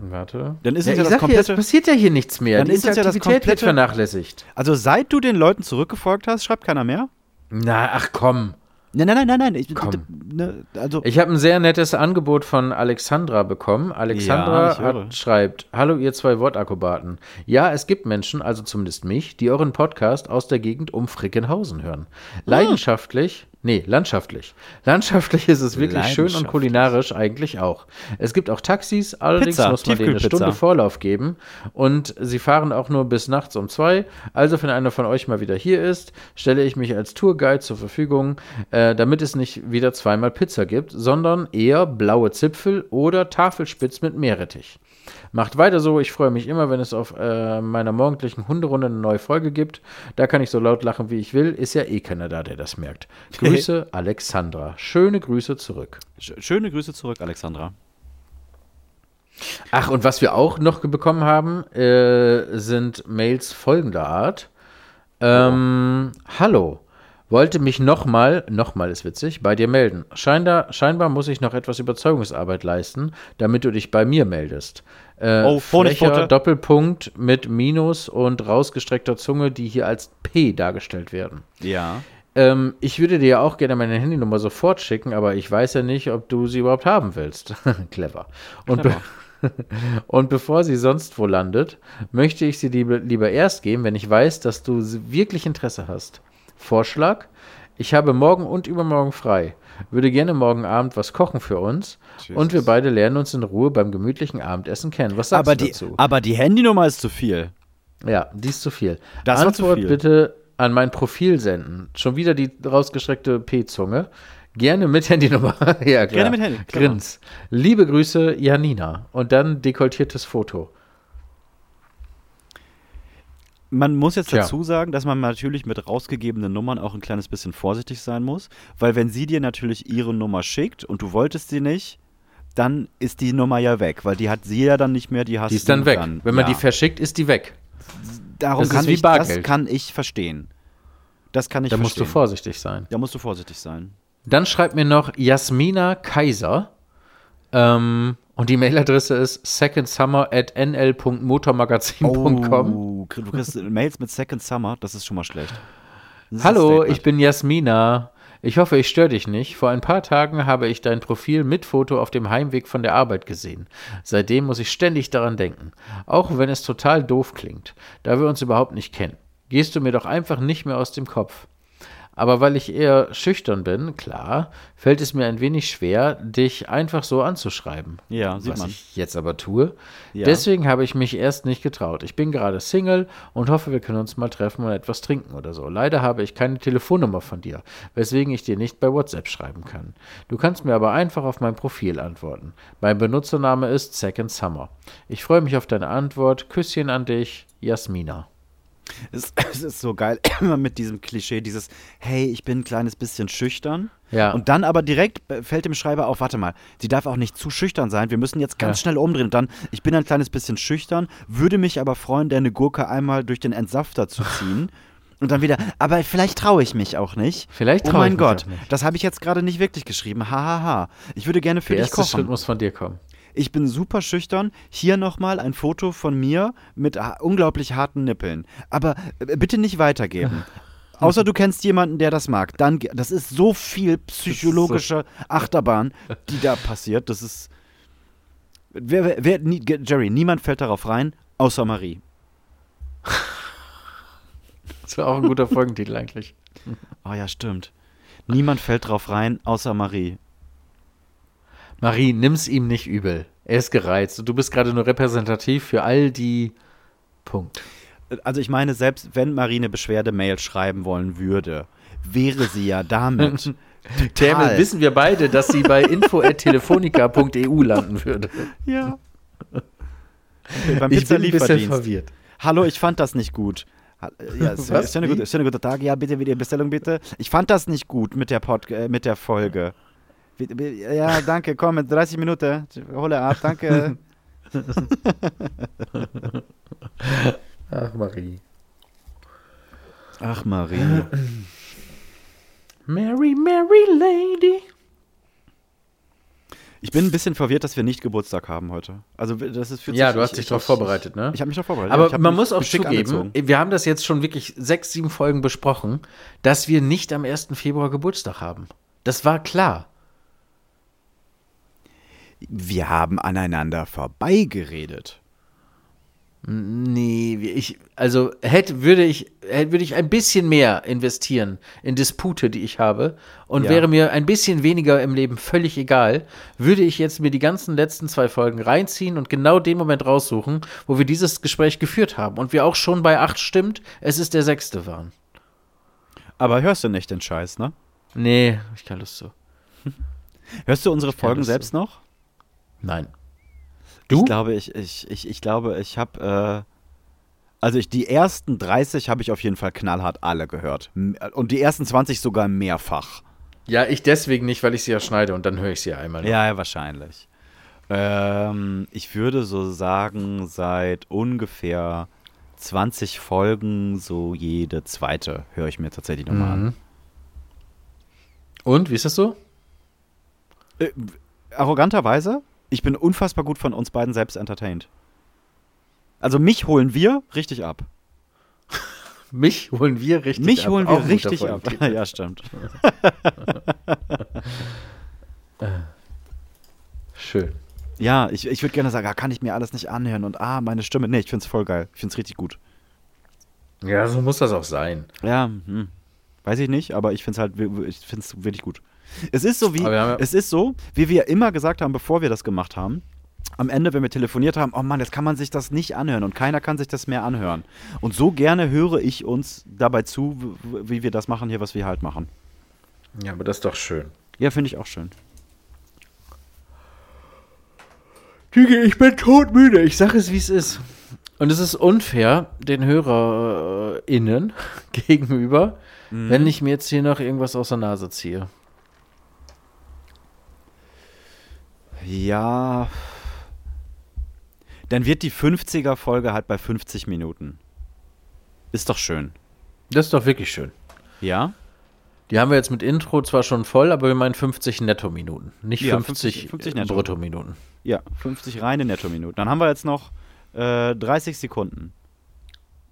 Speaker 3: Warte.
Speaker 1: Dann ist
Speaker 3: ja,
Speaker 1: uns ja
Speaker 3: ich
Speaker 1: das
Speaker 3: sag dir, es
Speaker 1: komplette-
Speaker 3: passiert ja hier nichts mehr.
Speaker 1: Dann
Speaker 3: Die
Speaker 1: ist uns ja das
Speaker 3: Interaktivität wird
Speaker 1: komplette-
Speaker 3: vernachlässigt.
Speaker 1: Also seit du den Leuten zurückgefolgt hast, schreibt keiner mehr?
Speaker 3: Na, ach komm.
Speaker 1: Nein, nein, nein, nein, nein. Ich,
Speaker 3: Komm.
Speaker 1: ne, also,
Speaker 3: Ich habe ein sehr nettes Angebot von Alexandra bekommen.
Speaker 1: Ja,
Speaker 3: Alexandra
Speaker 1: ich höre.
Speaker 3: hat, schreibt: Hallo, ihr zwei Wortakrobaten. Ja, es gibt Menschen, also zumindest mich, die euren Podcast aus der Gegend um Frickenhausen hören. Leidenschaftlich, nee, landschaftlich. Landschaftlich ist es wirklich schön und
Speaker 1: Leidenschaftlich.
Speaker 3: kulinarisch eigentlich auch. Es gibt auch Taxis, allerdings
Speaker 1: Pizza,
Speaker 3: muss man denen eine
Speaker 1: Tiefkühlpizza.
Speaker 3: Stunde Vorlauf geben und sie fahren auch nur bis nachts um zwei. Also, wenn einer von euch mal wieder hier ist, stelle ich mich als Tourguide zur Verfügung, äh, damit es nicht wieder zweimal Pizza gibt, sondern eher blaue Zipfel oder Tafelspitz mit Meerrettich. Macht weiter so, ich freue mich immer, wenn es auf äh, meiner morgendlichen Hunderunde eine neue Folge gibt. Da kann ich so laut lachen, wie ich will. Ist ja eh keiner da, der das merkt. Grüße, Alexandra. Schöne Grüße zurück.
Speaker 1: sch- schöne Grüße zurück, Alexandra.
Speaker 3: Ach, und was wir auch noch bekommen haben, äh, sind Mails folgender Art. Ähm, Hallo, wollte mich nochmal, nochmal ist witzig, bei dir melden. Scheinbar, scheinbar muss ich noch etwas Überzeugungsarbeit leisten, damit du dich bei mir meldest. Äh,
Speaker 1: Oh, Honigpfote.
Speaker 3: frecher Doppelpunkt mit Minus und rausgestreckter Zunge, die hier als P dargestellt werden.
Speaker 1: Ja.
Speaker 3: Ähm, ich würde dir ja auch gerne meine Handynummer sofort schicken, aber ich weiß ja nicht, ob du sie überhaupt haben willst. Clever. Und, be und bevor sie sonst wo landet, möchte ich sie lieber, lieber erst geben, wenn ich weiß, dass du sie- wirklich Interesse hast. Vorschlag? Ich habe morgen und übermorgen frei. Würde gerne morgen Abend was kochen für uns und wir beide lernen uns in Ruhe beim gemütlichen Abendessen kennen. Was sagst
Speaker 1: Aber
Speaker 3: du
Speaker 1: die,
Speaker 3: dazu?
Speaker 1: aber die Handynummer ist zu viel.
Speaker 3: Ja, dies zu viel.
Speaker 1: Das war zu
Speaker 3: Antwort
Speaker 1: viel.
Speaker 3: bitte an mein Profil senden. Schon wieder die rausgestreckte P-Zunge. Gerne mit Handynummer. ja, klar.
Speaker 1: Gerne mit Handy, klar.
Speaker 3: Grins. Liebe Grüße, Janina. Und dann dekoltiertes Foto.
Speaker 1: Man muss jetzt
Speaker 3: Tja.
Speaker 1: dazu sagen, dass man natürlich mit rausgegebenen Nummern auch ein kleines bisschen vorsichtig sein muss, weil wenn sie dir natürlich ihre Nummer schickt und du wolltest sie nicht, dann ist die Nummer ja weg, weil die hat sie ja dann nicht mehr, die hast
Speaker 3: Die ist dann
Speaker 1: du
Speaker 3: weg.
Speaker 1: Dann,
Speaker 3: Wenn man
Speaker 1: ja.
Speaker 3: die verschickt, ist die weg.
Speaker 1: Darum
Speaker 3: das ist
Speaker 1: kann
Speaker 3: wie
Speaker 1: ich, das
Speaker 3: Bargeld.
Speaker 1: kann ich verstehen. Das kann ich
Speaker 3: Da musst
Speaker 1: verstehen.
Speaker 3: du vorsichtig sein.
Speaker 1: da musst du vorsichtig sein.
Speaker 3: Dann schreibt mir noch Jasmina Kaiser. Ähm, und die Mailadresse ist secondsummer at nl.motormagazin.com.
Speaker 1: Oh, krie- du kriegst Mails mit Second Summer, das ist schon mal schlecht. Das ist
Speaker 3: Hallo,
Speaker 1: ein
Speaker 3: ich
Speaker 1: Statement.
Speaker 3: bin Jasmina. Ich hoffe, ich störe dich nicht. Vor ein paar Tagen habe ich dein Profil mit Foto auf dem Heimweg von der Arbeit gesehen. Seitdem muss ich ständig daran denken. Auch wenn es total doof klingt, da wir uns überhaupt nicht kennen. Gehst du mir doch einfach nicht mehr aus dem Kopf. Aber weil ich eher schüchtern bin, klar, fällt es mir ein wenig schwer, dich einfach so anzuschreiben.
Speaker 1: Ja, sieht
Speaker 3: was
Speaker 1: man.
Speaker 3: ich jetzt aber tue.
Speaker 1: Ja.
Speaker 3: Deswegen habe ich mich erst nicht getraut. Ich bin gerade Single und hoffe, wir können uns mal treffen und etwas trinken oder so. Leider habe ich keine Telefonnummer von dir, weswegen ich dir nicht bei WhatsApp schreiben kann. Du kannst mir aber einfach auf mein Profil antworten. Mein Benutzername ist Second Summer. Ich freue mich auf deine Antwort. Küsschen an dich, Jasmina.
Speaker 1: Es, es ist so geil, immer mit diesem Klischee, dieses, hey, ich bin ein kleines bisschen schüchtern.
Speaker 3: Ja.
Speaker 1: Und dann aber direkt b- fällt dem Schreiber auf, warte mal, sie darf auch nicht zu schüchtern sein, wir müssen jetzt ganz
Speaker 3: Ja.
Speaker 1: schnell umdrehen. Und dann, ich bin ein kleines bisschen schüchtern, würde mich aber freuen, deine Gurke einmal durch den Entsafter zu ziehen. Und dann wieder, aber vielleicht traue ich mich auch nicht.
Speaker 3: Vielleicht
Speaker 1: oh
Speaker 3: traue
Speaker 1: mein
Speaker 3: ich mich
Speaker 1: Gott,
Speaker 3: auch nicht.
Speaker 1: das habe ich jetzt gerade nicht wirklich geschrieben. Hahaha. Ha, ha. Ich würde gerne für
Speaker 3: Der
Speaker 1: dich
Speaker 3: erste
Speaker 1: kochen.
Speaker 3: Schritt muss von dir kommen.
Speaker 1: Ich bin super schüchtern. Hier nochmal ein Foto von mir mit ha- unglaublich harten Nippeln. Aber äh, bitte nicht weitergeben. Außer du kennst jemanden, der das mag. Dann, ge- das ist so viel psychologische Achterbahn, die da passiert. Das ist. Wer, wer, wer, nie, ge- Jerry, niemand fällt darauf rein, außer Marie.
Speaker 3: Das war auch ein guter Folgentitel eigentlich.
Speaker 1: Oh ja, stimmt. Niemand fällt drauf rein, außer Marie.
Speaker 3: Marie, nimm's ihm nicht übel. Er ist gereizt und du bist gerade nur repräsentativ für all die. Punkt.
Speaker 1: Also ich meine, selbst wenn Marie eine Beschwerdemail schreiben wollen würde, wäre sie ja damit.
Speaker 3: Damit wissen wir beide, dass sie bei info.telefonica.eu E landen würde.
Speaker 1: Ja. beim Pizzalieferdienst.
Speaker 3: verwirrt.
Speaker 1: Hallo, ich fand das nicht gut. Ha- Ja, ist,
Speaker 3: Was?
Speaker 1: ist ja eine gute, ist ja eine gute Tag. Ja, bitte wieder Bestellung bitte. Ich fand das nicht gut mit der Pod, äh, mit der Folge. Wie- wie- Ja, danke. Komm, in 30 Minuten. Hole ab. Danke.
Speaker 3: Ach, Marie.
Speaker 1: Ach Marie.
Speaker 3: Mary, Mary Lady.
Speaker 1: Ich bin ein bisschen verwirrt, dass wir nicht Geburtstag haben heute. Also das ist fühlt
Speaker 3: Ja,
Speaker 1: sich-
Speaker 3: du hast
Speaker 1: ich-
Speaker 3: dich
Speaker 1: ich-
Speaker 3: darauf
Speaker 1: ich-
Speaker 3: vorbereitet, ne?
Speaker 1: Ich habe mich darauf vorbereitet.
Speaker 3: Aber
Speaker 1: Ich hab
Speaker 3: man
Speaker 1: mich
Speaker 3: muss auch
Speaker 1: schick
Speaker 3: zugeben,
Speaker 1: angezogen.
Speaker 3: wir haben das jetzt schon wirklich sechs, sieben Folgen besprochen, dass wir nicht am 1. Februar Geburtstag haben. Das war klar.
Speaker 1: Wir haben aneinander vorbeigeredet.
Speaker 3: Nee, wir- ich, also hätte, würde ich, hätte, würde ich ein bisschen mehr investieren in Dispute, die ich habe und
Speaker 1: Ja.
Speaker 3: wäre mir ein bisschen weniger im Leben völlig egal, würde ich jetzt mir die ganzen letzten zwei Folgen reinziehen und genau den Moment raussuchen, wo wir dieses Gespräch geführt haben und wir auch schon bei acht stimmt, es ist der sechste waren.
Speaker 1: Aber hörst du nicht den Scheiß, ne?
Speaker 3: Nee, hab ich keine Lust zu.
Speaker 1: Hörst du unsere Folgen
Speaker 3: das so.
Speaker 1: selbst noch?
Speaker 3: Nein.
Speaker 1: Ich
Speaker 3: Du?
Speaker 1: glaube, ich, ich, ich, ich glaube, ich habe. Äh, also ich, die ersten 30 habe ich auf jeden Fall knallhart alle gehört. M- äh, Und die ersten 20 sogar mehrfach.
Speaker 3: Ja, ich deswegen nicht, weil ich sie ja schneide und dann höre ich sie ja einmal.
Speaker 1: Ja, ja, wahrscheinlich. Ähm, ich würde so sagen, seit ungefähr 20 Folgen, so jede zweite, höre ich mir tatsächlich nochmal an.
Speaker 3: Mhm. Und, wie ist das so?
Speaker 1: arroganterweise, ich bin unfassbar gut von uns beiden selbst entertained. Also mich holen wir richtig ab.
Speaker 3: Mich holen wir richtig
Speaker 1: mich
Speaker 3: ab.
Speaker 1: holen
Speaker 3: Auch ein
Speaker 1: wir
Speaker 3: guter
Speaker 1: richtig ab.
Speaker 3: Folgentitel.
Speaker 1: ja, stimmt.
Speaker 3: Schön.
Speaker 1: Ja, ich, ich würde gerne sagen, ah, kann ich mir alles nicht anhören und ah, meine Stimme. Nee, ich find's voll geil. Ich find's richtig gut.
Speaker 3: Ja, so muss das auch sein.
Speaker 1: Ja, hm. weiß ich nicht, aber ich find's halt, wi- wi- ich find's wirklich gut. Es ist so wie,
Speaker 3: Aber wir haben ja-
Speaker 1: es ist so, wie wir immer gesagt haben, bevor wir das gemacht haben. Am Ende, wenn wir telefoniert haben, oh Mann, jetzt kann man sich das nicht anhören und keiner kann sich das mehr anhören. Und so gerne höre ich uns dabei zu, w- w- wie wir das machen hier, was wir halt machen.
Speaker 3: Ja, aber das ist doch schön.
Speaker 1: Ja, finde ich auch schön.
Speaker 3: Digi, ich bin todmüde. Ich sage es, wie es ist. Und es ist unfair den HörerInnen gegenüber, wenn ich mir jetzt hier noch irgendwas aus der Nase ziehe.
Speaker 1: Ja. Dann wird die 50er-Folge halt bei 50 Minuten. Ist doch schön.
Speaker 3: Das ist doch wirklich schön.
Speaker 1: Ja?
Speaker 3: Die haben wir jetzt mit Intro zwar schon voll, aber wir meinen 50 Netto-Minuten. Nicht
Speaker 1: Ja,
Speaker 3: 50,
Speaker 1: 50 Netto.
Speaker 3: Brutto-Minuten.
Speaker 1: Ja, 50 reine Netto-Minuten. Dann haben wir jetzt noch äh, 30 Sekunden.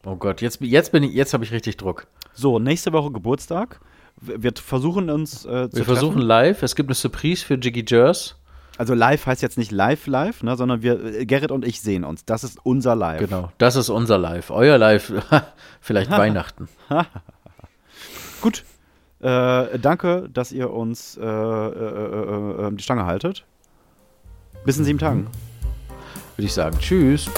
Speaker 3: Oh Gott, jetzt, jetzt, bin ich- jetzt habe ich richtig Druck.
Speaker 1: So, nächste Woche Geburtstag. Wir wir versuchen uns äh, zu
Speaker 3: Wir versuchen
Speaker 1: treffen.
Speaker 3: live. Es gibt eine Surprise für Jiggy Jers.
Speaker 1: Also live heißt jetzt nicht live live, ne, sondern wir äh, Gerrit und ich sehen uns. Das ist unser Live.
Speaker 3: Genau. Das ist unser Live. Euer Live, vielleicht Weihnachten.
Speaker 1: Gut. Äh, danke, dass ihr uns äh, äh,
Speaker 3: Mhm.
Speaker 1: äh, äh, die Stange haltet. Bis in sieben Tagen.
Speaker 3: Würde ich sagen. Tschüss.